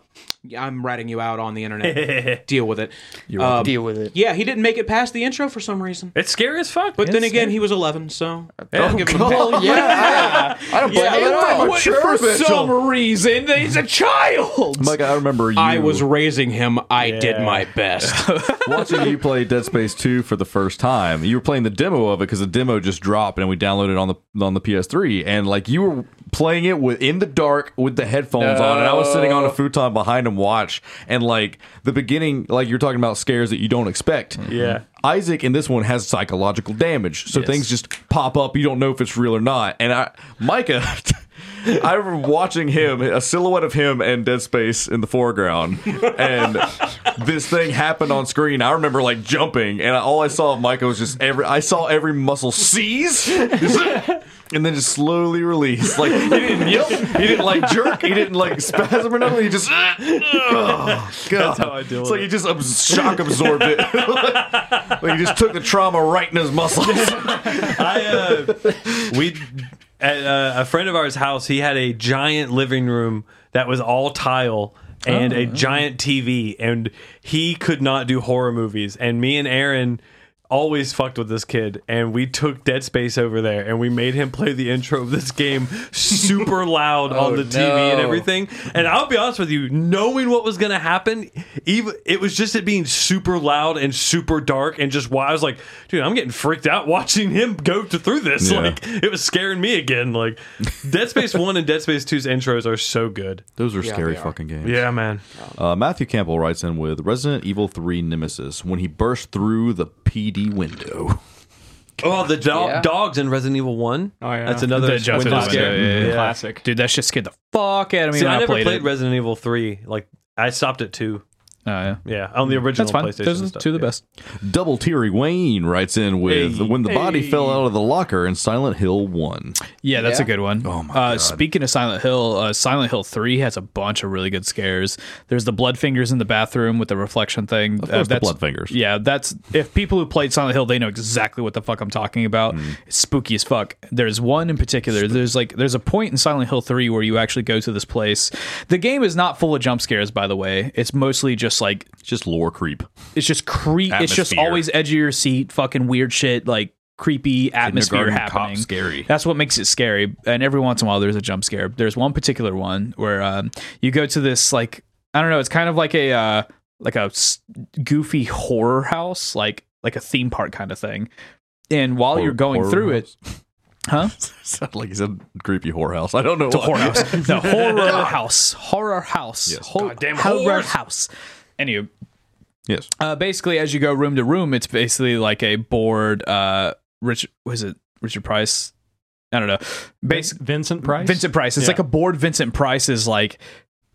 Speaker 4: I'm ratting you out on the internet. Deal with it. Um,
Speaker 3: Deal with it.
Speaker 4: yeah, he didn't make it past the intro for some reason.
Speaker 1: It's scary as fuck.
Speaker 4: But then
Speaker 1: It's
Speaker 4: again, he was 11, so
Speaker 1: Yeah.
Speaker 4: I'll give him a pass.
Speaker 3: Oh yeah, I, I don't blame you at all.
Speaker 5: What- for some reason, he's a child.
Speaker 2: Mike, I remember you.
Speaker 4: I was raising him. I did
Speaker 1: Yeah.
Speaker 4: my best.
Speaker 2: [laughs] watching you play Dead Space 2 for the first time. You were playing the demo of it because the demo just dropped and we downloaded it on the on the PS3 and like you were playing it with, in the dark with the headphones on and I was sitting on a futon behind him watch and like the beginning like you're talking about scares that you don't expect.
Speaker 4: Mm-hmm.
Speaker 1: Yeah.
Speaker 2: Isaac in this one has psychological damage. So things just pop up you don't know if it's real or not. And I Micah [laughs] I remember watching him, a silhouette of him and Dead Space in the foreground. And this thing happened on screen. I remember like jumping, and all I saw of Micah was just every, I saw every muscle seize. [laughs] And then just slowly release. Like he didn't yelp, he didn't like jerk, he didn't like spasm or nothing. He just, oh, God. That's
Speaker 1: how I deal
Speaker 2: It's
Speaker 1: with
Speaker 2: like he just abs- shock absorbed it. [laughs] like he just took the trauma right in his muscles.
Speaker 1: I uh, we at uh, a friend of ours' house. He had a giant living room that was all tile and a giant TV, and he could not do horror movies. And me and Aaron always fucked with this kid, and we took Dead Space over there, and we made him play the intro of this game super loud on the TV and
Speaker 3: no.
Speaker 1: everything. And I'll be honest with you, knowing what was going to happen, even it was just it being super loud and super dark, and just why I was like, dude, I'm getting freaked out watching him go to, through this.
Speaker 2: Yeah.
Speaker 1: [laughs] Like it was scaring me again. Like Dead Space One and Dead Space 2's intros are so good.
Speaker 2: Those are scary fucking games.
Speaker 1: Yeah, man.
Speaker 2: Uh, Matthew Campbell writes in with Resident Evil 3 Nemesis when he burst through the PD window. [laughs]
Speaker 1: Oh, the do-
Speaker 3: Yeah.
Speaker 1: dogs in Resident Evil One.
Speaker 6: Oh, yeah.
Speaker 1: that's another
Speaker 5: The Justice
Speaker 1: window
Speaker 5: League,
Speaker 1: scare.
Speaker 5: yeah, yeah, yeah.
Speaker 6: Classic.
Speaker 5: Dude, that shit scared the fuck out of me
Speaker 1: See,
Speaker 5: when
Speaker 1: I
Speaker 5: I,
Speaker 1: never
Speaker 5: played,
Speaker 1: played,
Speaker 5: it.
Speaker 1: Resident Evil Three. Like I stopped at two.
Speaker 5: Oh, yeah.
Speaker 1: Yeah, on the original
Speaker 5: That's fine.
Speaker 1: PlayStation.
Speaker 5: Those are
Speaker 1: stuff,
Speaker 5: two of the
Speaker 1: yeah.
Speaker 5: best.
Speaker 2: Double Teary Wayne writes in with
Speaker 1: Hey.
Speaker 2: when the body fell out of the locker in Silent Hill 1.
Speaker 5: Yeah, that's a
Speaker 3: Yeah.
Speaker 5: good one. Oh my uh, Speaking of Silent Hill, uh, Silent Hill Three has a bunch of really good scares. There's the blood fingers in the bathroom with the reflection thing. Of
Speaker 2: course the blood fingers.
Speaker 5: Yeah, that's if people who played Silent Hill, they know exactly what the fuck I'm talking about.
Speaker 2: Mm.
Speaker 5: It's spooky as fuck. There's one in particular. There's like there's a point in Silent Hill Three where you actually go to this place. The game is not full of jump scares, by the way. It's mostly just like
Speaker 2: It's just lore creep.
Speaker 5: it's just creep. It's just
Speaker 2: Atmosphere.
Speaker 5: always edge of your seat, fucking weird shit, like creepy atmosphere
Speaker 2: Kindergarten cop
Speaker 5: happening.
Speaker 2: scary.
Speaker 5: That's what makes it scary. And every once in a while, there's a jump scare. There's one particular one where um, you go to this like I don't know. It's kind of like a uh, like a s- goofy horror house, like like a theme park kind of thing. And while Oh, you're going
Speaker 2: Horror [laughs]
Speaker 5: through it, huh?
Speaker 2: Sounded like he said creepy whorehouse. I don't know. why.
Speaker 5: Whorehouse. No, horror house. Horror house. Ho-
Speaker 1: Goddamn
Speaker 5: horror
Speaker 1: whores.
Speaker 5: house. Anywho,
Speaker 2: [laughs] Yes.
Speaker 5: uh, basically, as you go room to room, it's basically like a board. Uh, Rich was it Richard Price? I don't know. Basically,
Speaker 6: Vincent Price.
Speaker 5: Vincent Price. It's like a board. Vincent Price is like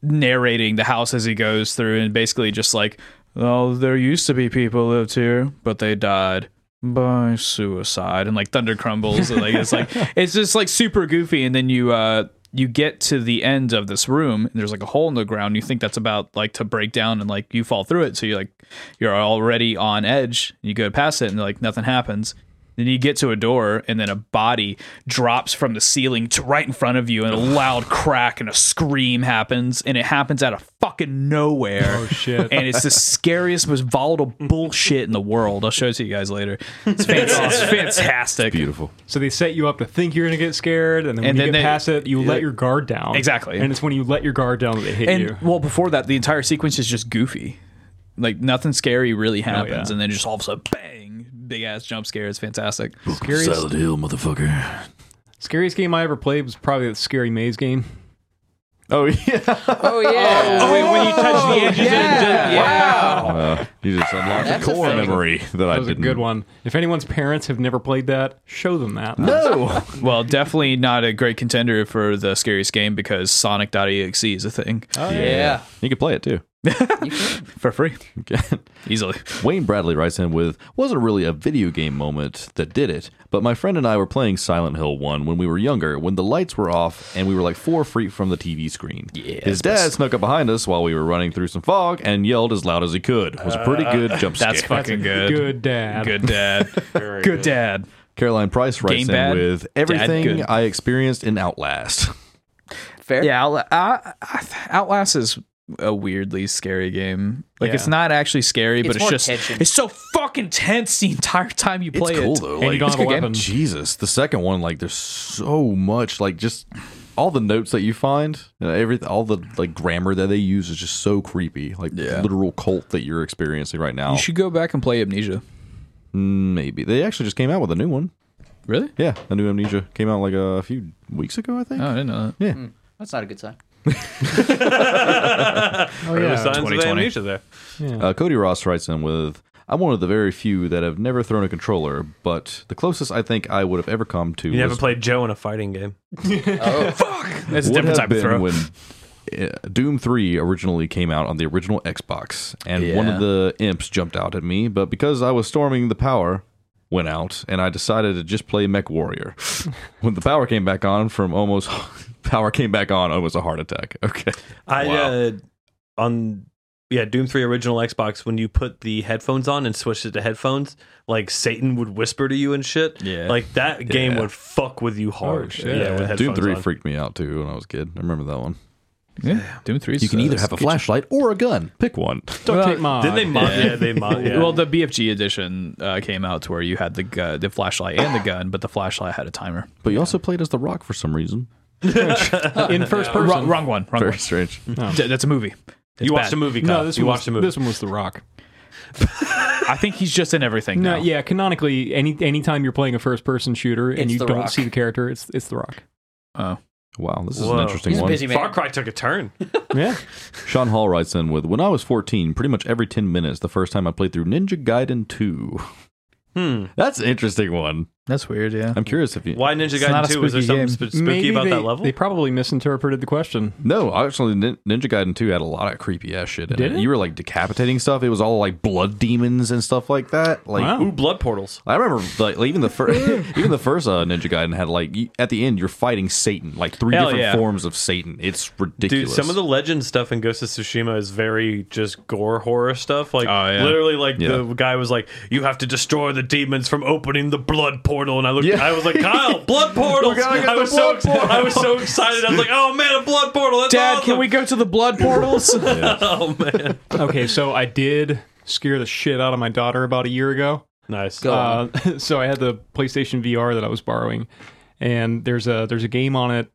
Speaker 5: narrating the house as he goes through, and basically just like, oh, there used to be people lived here, but they died by suicide, and like thunder crumbles, and like it's like it's just like super goofy. And then you uh you get to the end of this room and there's like a hole in the ground you think that's about like to break down and like you fall through it so you're like you're already on edge you go past it and like nothing happens then you get to a door and then a body drops from the ceiling to right in front of you and a loud crack and a scream happens and it happens out of fucking nowhere oh
Speaker 6: shit.
Speaker 5: and it's the scariest most volatile bullshit in the world i'll show it to you guys later
Speaker 6: [laughs]
Speaker 5: it's, fan- it's fantastic
Speaker 2: Beautiful.
Speaker 6: So they set you up to think you're going to get scared, and then when
Speaker 5: And
Speaker 6: you
Speaker 5: then
Speaker 6: get
Speaker 5: they-
Speaker 6: past it, you let your guard down.
Speaker 5: Exactly.
Speaker 6: And it's when you let your guard down that they hit
Speaker 5: and
Speaker 6: you.
Speaker 5: well before that the entire sequence is just goofy like nothing scary really happens
Speaker 6: Oh, yeah.
Speaker 5: and then just all of a sudden bang big ass jump scare it's fantastic
Speaker 6: Scariest,
Speaker 2: Hill, motherfucker.
Speaker 6: scariest game I ever played was probably the Scary Maze game.
Speaker 2: Oh [laughs] yeah.
Speaker 3: Oh yeah.
Speaker 4: Wait, when you touch the edges,
Speaker 3: yeah. Wow.
Speaker 2: Uh, you just unlocked
Speaker 3: That's
Speaker 2: a
Speaker 3: a
Speaker 2: core
Speaker 3: thing.
Speaker 2: memory that I
Speaker 6: That was a
Speaker 2: didn't.
Speaker 6: good one. If anyone's parents have never played that, show them that.
Speaker 2: No.
Speaker 5: well definitely not a great contender for the scariest game because sonic.exe is a thing
Speaker 3: Yeah.
Speaker 2: you can play it too. [laughs]
Speaker 5: for free easily
Speaker 2: Wayne Bradley writes in with wasn't really a video game moment that did it, but my friend and I were playing Silent Hill 1 when we were younger, when the lights were off and we were like four feet from the TV screen. Yeah, his dad snuck up behind us while we were running through some fog and yelled as loud as he could. It was a pretty good jump scare.
Speaker 5: Uh, that's fucking good
Speaker 6: Good dad.
Speaker 5: good
Speaker 6: [laughs]
Speaker 5: dad good, dad
Speaker 2: Caroline Price writes
Speaker 5: Game
Speaker 2: in
Speaker 5: bad,
Speaker 2: with
Speaker 5: dad
Speaker 2: everything
Speaker 5: good.
Speaker 2: I experienced in Outlast.
Speaker 3: Fair.
Speaker 5: yeah Outla- I- I- outlast is a weirdly scary game like
Speaker 6: Yeah.
Speaker 5: it's not actually scary but it's,
Speaker 3: more
Speaker 5: just
Speaker 3: tension.
Speaker 5: it's so fucking tense the entire time you play
Speaker 2: it's cool
Speaker 5: it
Speaker 2: though.
Speaker 6: And you don't
Speaker 2: like,
Speaker 6: have a
Speaker 5: good game.
Speaker 6: weapon.
Speaker 2: Jesus, the second one, like there's so much, like just all the notes that you find, and everything, all the like grammar that they use is just so creepy, like literal cult that you're experiencing right now. Mm,
Speaker 5: You should go back and play Amnesia.
Speaker 2: Maybe they actually just came out with a new one.
Speaker 5: Really?
Speaker 2: Yeah, a new Amnesia came out like a few weeks ago, I think.
Speaker 5: Oh, I didn't know that.
Speaker 2: yeah,
Speaker 3: That's not a good sign.
Speaker 6: Oh,
Speaker 1: Early
Speaker 6: yeah.
Speaker 1: signs of
Speaker 5: 2020.
Speaker 1: amnesia there.
Speaker 2: Uh, Cody Ross writes in with, "I'm one of the very few that have never thrown a controller, but the closest I think I would have ever come to
Speaker 1: You
Speaker 2: was
Speaker 1: never played Joe in a fighting game.
Speaker 5: That's a
Speaker 2: would
Speaker 5: different
Speaker 2: have
Speaker 5: type of
Speaker 2: been
Speaker 5: throw.
Speaker 2: when uh, Doom 3 originally came out on the original Xbox, and one
Speaker 5: Yeah.
Speaker 2: of the imps jumped out at me, but because I was storming the power, went out, and I decided to just play Mech Warrior. [laughs] when the power came back on from almost [laughs] power came back on, it was a heart attack. [laughs] Okay.
Speaker 1: I uh, on yeah, Doom Three original Xbox. When you put the headphones on and switched it to headphones, like Satan would whisper to you and shit.
Speaker 5: Yeah.
Speaker 1: like that game would fuck with
Speaker 5: Oh,
Speaker 1: you hard.
Speaker 6: shit.
Speaker 1: yeah, with headphones
Speaker 2: Doom 3
Speaker 1: on.
Speaker 2: freaked me out too when I was a kid. I remember that one.
Speaker 5: yeah, Doom Three.
Speaker 2: You can either have a flashlight or a gun. Pick one.
Speaker 6: Duct tape mod.
Speaker 1: Didn't they mod? Yeah, they mod.
Speaker 5: [laughs]
Speaker 1: Yeah.
Speaker 5: Well, the BFG edition uh, came out to where you had the gu- the flashlight and the gun, but the flashlight had a timer.
Speaker 2: But you also played as the rock for some reason.
Speaker 6: in first person? Oh.
Speaker 5: Wrong, wrong one. Wrong
Speaker 2: Very
Speaker 5: one.
Speaker 2: strange.
Speaker 5: D- that's a movie. It's
Speaker 1: you watched
Speaker 5: bad.
Speaker 1: a movie.
Speaker 6: No,
Speaker 1: Kyle.
Speaker 6: this
Speaker 1: you
Speaker 6: one
Speaker 1: watched
Speaker 6: was,
Speaker 1: a movie.
Speaker 6: This one was The Rock.
Speaker 5: I think he's just in everything.
Speaker 6: No,
Speaker 5: now.
Speaker 6: yeah, canonically, any anytime you're playing a first person shooter and
Speaker 3: It's
Speaker 6: you
Speaker 3: The
Speaker 6: don't
Speaker 3: Rock.
Speaker 6: see the character, it's it's The [laughs] Rock.
Speaker 5: Oh.
Speaker 2: Wow, this is
Speaker 1: Whoa.
Speaker 2: an interesting
Speaker 3: He's a
Speaker 2: one.
Speaker 3: busy man.
Speaker 1: Far Cry took a
Speaker 5: [laughs]
Speaker 1: turn.
Speaker 6: Yeah.
Speaker 2: Sean Hall writes in with When I was 14, pretty much every 10 minutes, the first time I played through Ninja Gaiden 2.
Speaker 1: Hmm.
Speaker 2: That's an interesting one.
Speaker 5: that's weird. Yeah.
Speaker 2: I'm curious if you.
Speaker 1: Why Ninja
Speaker 5: It's not
Speaker 1: Gaiden
Speaker 5: a
Speaker 1: Two? Was there
Speaker 5: spooky
Speaker 1: something
Speaker 5: game.
Speaker 1: sp- spooky
Speaker 6: Maybe
Speaker 1: about
Speaker 6: they,
Speaker 1: that level?
Speaker 6: They probably misinterpreted the question.
Speaker 2: No, actually, Nin- Ninja Gaiden 2 had a lot of creepy ass shit in
Speaker 6: Did it?
Speaker 2: You were like decapitating stuff. It was all like blood demons and stuff like that. Like,
Speaker 6: Wow.
Speaker 1: Ooh, blood portals.
Speaker 2: I remember like even the first even the first uh, Ninja Gaiden had like you, at the end you're fighting Satan like three
Speaker 5: Hell
Speaker 2: different
Speaker 5: yeah.
Speaker 2: forms of Satan. It's
Speaker 1: Dude,
Speaker 2: ridiculous.
Speaker 1: some of the legend stuff in Ghost of Tsushima is very just gore horror stuff. Like
Speaker 5: Oh, yeah.
Speaker 1: literally, like
Speaker 2: Yeah.
Speaker 1: the guy was like, "You have to destroy the demons from opening the blood portal," and I looked,
Speaker 2: Yeah.
Speaker 1: I was like, "Kyle, blood portals!"
Speaker 2: gotta get
Speaker 1: I
Speaker 2: the
Speaker 1: was so,
Speaker 2: blood
Speaker 1: ex- I was so excited. I was like, "Oh man, a blood portal!" That's
Speaker 5: Dad,
Speaker 1: awesome.
Speaker 5: can we go to the blood portals?
Speaker 1: [laughs] Oh man,
Speaker 6: okay, so I did scare the shit out of my daughter about a year ago.
Speaker 1: nice.
Speaker 6: Uh, [laughs] so I had the PlayStation VR that I was borrowing, and there's a there's a game on it.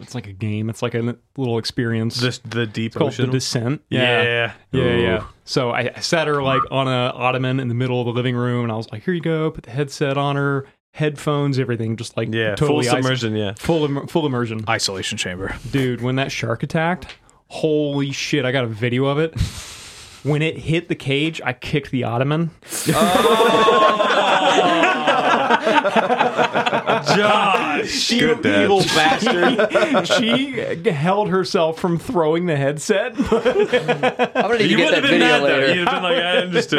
Speaker 6: It's like a game. It's like a little experience.
Speaker 1: Just the deep
Speaker 6: it's called
Speaker 1: ocean.
Speaker 6: The Descent.
Speaker 1: yeah.
Speaker 6: Yeah,
Speaker 2: Ooh.
Speaker 6: yeah. So I, I sat her like on a ottoman in the middle of the living room, and I was like, "Here you go." Put the headset on her, headphones, everything, just like
Speaker 1: yeah,
Speaker 6: totally
Speaker 1: full
Speaker 6: iso-
Speaker 1: submersion. Yeah,
Speaker 6: full Im- full immersion.
Speaker 2: [laughs]
Speaker 5: Isolation chamber.
Speaker 6: Dude, when that shark attacked, holy shit! I got a video of it. When it hit the cage, I kicked the ottoman.
Speaker 1: Oh.
Speaker 6: [laughs]
Speaker 1: John,
Speaker 4: she
Speaker 2: Good
Speaker 1: [laughs]
Speaker 2: dad.
Speaker 4: evil bastard.
Speaker 6: she held herself from throwing the headset.
Speaker 3: I'm gonna
Speaker 1: You
Speaker 3: need to get
Speaker 1: would
Speaker 3: that
Speaker 1: have been
Speaker 3: video
Speaker 1: mad
Speaker 3: later.
Speaker 1: though. You'd have been like, I understood. I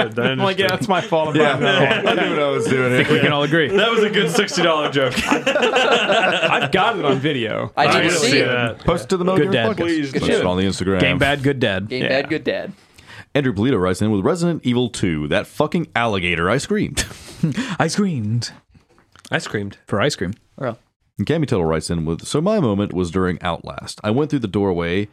Speaker 1: understood.
Speaker 6: I'm like, yeah, it's my fault. I'm
Speaker 2: Yeah,
Speaker 6: not gonna-
Speaker 2: no, I knew what I was doing.
Speaker 5: We can all agree.
Speaker 1: That was a good sixty dollar joke.
Speaker 6: I've got it on video.
Speaker 3: I didn't
Speaker 1: I
Speaker 3: see, it.
Speaker 1: that.
Speaker 2: Post it to the Mojo
Speaker 5: Good dad.
Speaker 2: Podcast.
Speaker 5: Please
Speaker 2: Post it on the Instagram.
Speaker 5: Game bad, good dad.
Speaker 3: Game bad, good dad.
Speaker 2: Andrew Polito writes in with Resident Evil 2. That fucking alligator. I [laughs] screamed.
Speaker 5: I screamed
Speaker 1: I screamed.
Speaker 5: for ice cream.
Speaker 3: Well,
Speaker 2: And Cammy Tuttle writes in with So my moment was during Outlast. I went through the doorway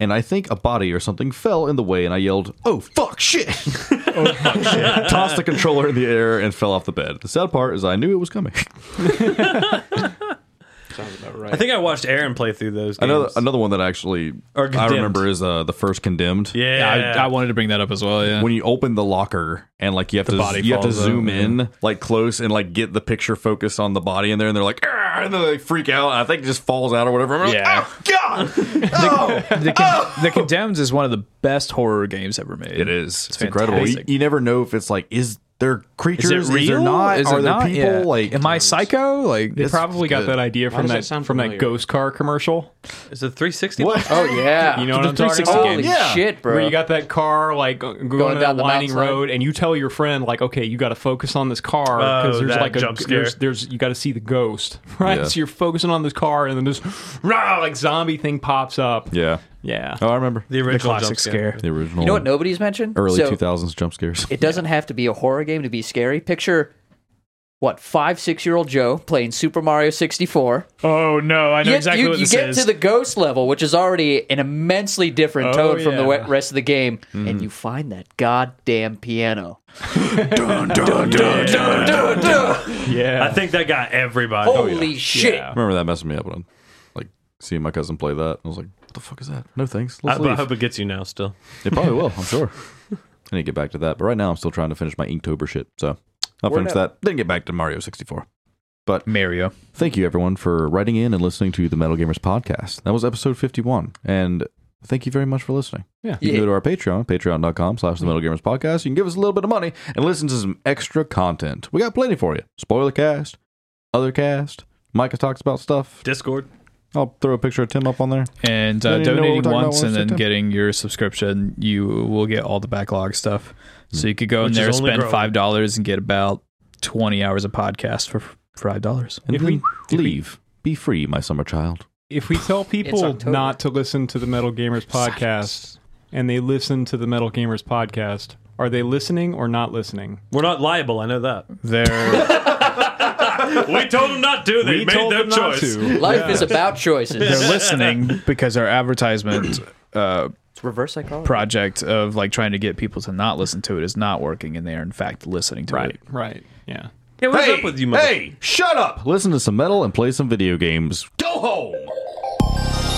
Speaker 2: and I think a body or something fell in the way and I yelled, Oh fuck shit! [laughs] oh fuck shit. [laughs] Tossed the controller in the air and fell off the bed. The sad part is I knew it was coming. [laughs]
Speaker 1: I think I watched Aaron play through those. Games.
Speaker 2: another another one that actually
Speaker 1: Or
Speaker 2: I
Speaker 1: Condemned.
Speaker 2: remember is uh, the first condemned.
Speaker 1: Yeah,
Speaker 5: I, I wanted to bring that up as well. Yeah.
Speaker 2: When you open the locker and like you have to
Speaker 5: body
Speaker 2: you have to
Speaker 5: falls out,
Speaker 2: zoom
Speaker 5: yeah.
Speaker 2: in like close and like get the picture focus on the body in there and they're like "Argh," and then they freak out I think it just falls out or whatever. I'm like,
Speaker 5: Yeah.
Speaker 2: "Oh, god. oh!
Speaker 5: The, Con- the Condemned is one of the best horror games ever made.
Speaker 2: It is. It's, incredible.
Speaker 5: fantastic.
Speaker 2: You, you never know if it's like, is there creatures?
Speaker 5: Is it real?
Speaker 2: Is there not?
Speaker 5: Is
Speaker 2: Are
Speaker 5: it
Speaker 2: there
Speaker 5: not?
Speaker 2: people?
Speaker 5: Yeah.
Speaker 2: Like, um, uh,
Speaker 5: am I psycho? Like,
Speaker 6: They probably got
Speaker 2: good.
Speaker 6: that idea from
Speaker 4: does
Speaker 6: that
Speaker 4: that sound
Speaker 6: from that
Speaker 4: familiar?
Speaker 6: ghost car commercial.
Speaker 1: It's a three sixty.
Speaker 2: What?
Speaker 3: Oh yeah.
Speaker 6: You know what
Speaker 5: The
Speaker 6: I'm talking
Speaker 5: 360
Speaker 6: about?
Speaker 3: Holy
Speaker 2: game. Yeah.
Speaker 3: shit, bro.
Speaker 6: Where you got that car like going,
Speaker 3: Going
Speaker 6: down
Speaker 3: down the
Speaker 6: the winding
Speaker 3: mountainside.
Speaker 6: road, and you tell your friend like, okay, you got to focus on this car because
Speaker 1: Oh,
Speaker 6: there's
Speaker 1: that
Speaker 6: like a
Speaker 1: jump scare.
Speaker 6: There's, there's you got to see the ghost, [laughs] right?
Speaker 2: Yeah.
Speaker 6: So you're focusing on this car, and then this rah, like zombie thing pops up.
Speaker 2: Yeah.
Speaker 6: Yeah.
Speaker 2: Oh, I remember
Speaker 1: The original
Speaker 5: classic
Speaker 1: jump scare.
Speaker 5: scare.
Speaker 2: the original.
Speaker 3: You know what nobody's mentioned?
Speaker 2: Early
Speaker 3: So,
Speaker 2: 2000s jump
Speaker 5: [laughs]
Speaker 2: scares.
Speaker 3: It doesn't have to be a horror game to be scary. Picture what five six year old Joe playing Super Mario sixty four.
Speaker 5: Oh no, I know
Speaker 3: you,
Speaker 5: exactly
Speaker 3: you-
Speaker 5: what
Speaker 3: you
Speaker 5: this
Speaker 3: get
Speaker 5: is.
Speaker 3: to the ghost level, which is already an immensely different
Speaker 6: Oh,
Speaker 3: tone from the
Speaker 6: yeah.
Speaker 3: we- rest of the game,
Speaker 2: Mm-hmm.
Speaker 3: and you find that goddamn piano. Dun, dun.
Speaker 6: Yeah.
Speaker 1: I think that got everybody.
Speaker 3: Holy shit!
Speaker 6: Yeah.
Speaker 2: I remember that messing me up when I'm like seeing my cousin play that. I was like, what the fuck is that? No thanks.
Speaker 1: I,
Speaker 2: Let's
Speaker 1: but I
Speaker 2: leave.
Speaker 1: hope it gets you now. Still,
Speaker 2: It probably will,
Speaker 6: [laughs]
Speaker 2: I'm sure. I need to get back to that. But right now, I'm still trying to finish my Inktober shit. So I'll finish that. Then get back to Mario 64.
Speaker 5: Mario.
Speaker 2: Thank you, everyone, for writing in and listening to the Metal Gamers podcast. That was episode 51. And thank you very much for listening.
Speaker 6: Yeah.
Speaker 2: You can
Speaker 3: Yeah.
Speaker 2: go to our Patreon, patreon.com slash the Metal Gamers podcast. You can give us a little bit of money and listen to some extra content. We got plenty for you. Spoiler cast, other cast. Micah talks about stuff.
Speaker 1: Discord.
Speaker 2: I'll throw a picture of Tim up on there.
Speaker 5: And
Speaker 2: I
Speaker 5: uh,
Speaker 2: didn't know what we're
Speaker 5: donating
Speaker 2: talking about
Speaker 5: once and
Speaker 2: once
Speaker 5: then
Speaker 2: at a time.
Speaker 5: getting your subscription, you will get all the backlog stuff. So you could go
Speaker 1: Which
Speaker 5: in
Speaker 1: is
Speaker 5: there,
Speaker 1: only
Speaker 5: spend
Speaker 1: growing.
Speaker 5: five dollars, and get about twenty hours of podcast for f- five dollars.
Speaker 2: And
Speaker 6: If
Speaker 2: then
Speaker 6: we- if we-
Speaker 2: leave. Be free, my summer child.
Speaker 6: if we tell people
Speaker 3: October.
Speaker 6: not to listen to the Metal Gamers podcast and they listen to the Metal Gamers podcast, are they listening or not listening?
Speaker 1: We're not liable. I know that.
Speaker 5: There,
Speaker 1: we told them not to. They
Speaker 6: We
Speaker 1: made
Speaker 6: told
Speaker 1: their
Speaker 6: them not
Speaker 1: choice.
Speaker 6: to.
Speaker 3: Life is about
Speaker 2: [laughs]
Speaker 5: they're [laughs]
Speaker 3: choices.
Speaker 5: listening because our advertisement uh,
Speaker 3: It's reverse psychology.
Speaker 5: project of like trying to get people to not listen to it is not working, and they are in fact listening to it.
Speaker 6: Right. Yeah.
Speaker 1: Hey, what's up with you, mother?
Speaker 2: hey, shut up! Listen to some metal and play some video games. Go home!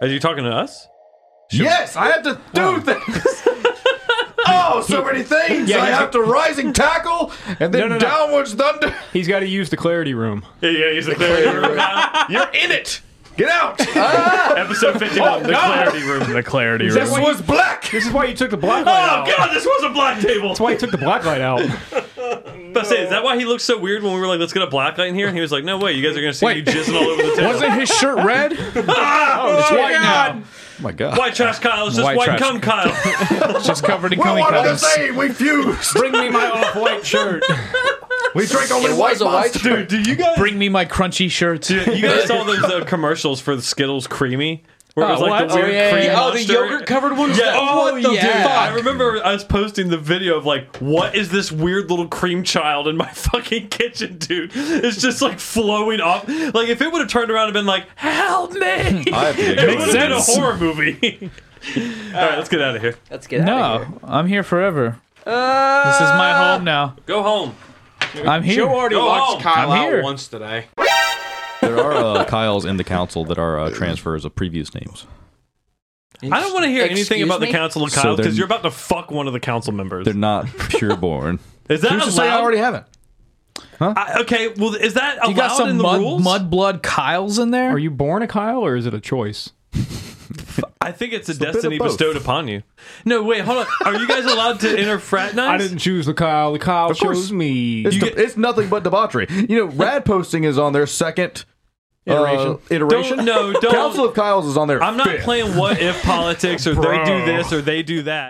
Speaker 1: Are you talking to us?
Speaker 2: Yes, I have to do things. [laughs] oh, so many things. I have to rising tackle and then
Speaker 6: No, no, no.
Speaker 2: downwards thunder.
Speaker 6: He's got to use the
Speaker 1: [laughs]
Speaker 6: clarity room.
Speaker 1: Yeah, yeah, he's the clarity room now.
Speaker 2: You're in it. Get out.
Speaker 1: Episode 51, the clarity room. The clarity room.
Speaker 6: This
Speaker 2: was black.
Speaker 6: This is why you took the black light
Speaker 1: Oh
Speaker 6: out.
Speaker 1: god, this was a black table.
Speaker 6: That's why you took the black
Speaker 1: [laughs]
Speaker 6: light out.
Speaker 1: But say, is that why he looked so weird when we were like, let's get a black light in here? And he was like, no way, you guys are gonna see me
Speaker 5: Wait.
Speaker 1: jizzing all over the table.
Speaker 5: Wasn't his
Speaker 2: [laughs]
Speaker 5: shirt red?
Speaker 1: Ah!
Speaker 5: It's white now.
Speaker 2: Oh my God.
Speaker 1: White trash Kyle is just white,
Speaker 5: White trash.
Speaker 1: cum Kyle.
Speaker 5: It's just covered in
Speaker 2: We're
Speaker 5: coming
Speaker 2: one and the
Speaker 5: colors.
Speaker 2: same. We fused.
Speaker 6: Bring me my off-white shirt.
Speaker 2: We drink only
Speaker 3: It
Speaker 2: white
Speaker 3: was a white
Speaker 2: Monster.
Speaker 1: Dude, do you guys
Speaker 5: Bring me my crunchy shirts.
Speaker 1: do you guys saw those uh, commercials for the Skittles creamy? Where it was
Speaker 6: Oh,
Speaker 1: like the
Speaker 6: what?
Speaker 1: weird cream
Speaker 3: Oh, the
Speaker 1: monster?
Speaker 3: yogurt covered ones.
Speaker 1: Yeah.
Speaker 3: Oh,
Speaker 1: What the
Speaker 3: yeah.
Speaker 1: fuck? I remember I was posting the video of like, what is this weird little cream child in my [laughs] fucking kitchen, dude? It's just like flowing off. Like if it would have turned around and been like, help me,
Speaker 2: I have to
Speaker 1: [laughs]
Speaker 2: get
Speaker 1: it
Speaker 2: going.
Speaker 1: would have been a
Speaker 5: sense.
Speaker 1: horror movie. [laughs] All right, let's get out of here.
Speaker 3: Let's get out of here.
Speaker 5: No, I'm here forever. this is my home now.
Speaker 1: Go home.
Speaker 2: Uh,
Speaker 5: I'm here.
Speaker 4: Joe already
Speaker 1: Go home.
Speaker 4: locked Kyle
Speaker 5: I'm
Speaker 4: out
Speaker 5: here.
Speaker 4: once today.
Speaker 2: There are [laughs] uh, Kyles in the council that are uh, transfers of previous names.
Speaker 1: I don't want to hear anything
Speaker 3: Excuse
Speaker 1: about the
Speaker 3: me?
Speaker 1: Council of
Speaker 2: So
Speaker 1: Kyle
Speaker 2: they're-
Speaker 1: because you're about to fuck one of the council members.
Speaker 2: They're not [laughs] pureborn.
Speaker 1: Is that allowed?
Speaker 2: haven't.
Speaker 1: I- okay, well, is that allowed
Speaker 5: You got
Speaker 1: in
Speaker 5: some
Speaker 1: the
Speaker 5: mud,
Speaker 1: rules?
Speaker 5: mudblood Kyles in there?
Speaker 6: Are you born a Kyle or is it a choice?
Speaker 1: I think it's a
Speaker 2: bit of
Speaker 1: destiny
Speaker 2: both.
Speaker 1: bestowed upon you. No, wait, hold on. Are you guys allowed to interfraternize?
Speaker 6: I didn't choose the Kyle. The Kyle
Speaker 2: course.
Speaker 6: chose me.
Speaker 2: It's,
Speaker 1: You
Speaker 2: de- it's nothing but debauchery. You know, rad posting is on their second uh,
Speaker 6: Iteration.
Speaker 2: iteration.
Speaker 1: Don't- no, don't-
Speaker 2: Council of Kyles is on their.
Speaker 1: I'm not
Speaker 2: fifth.
Speaker 1: playing what if politics or they do this or they do that.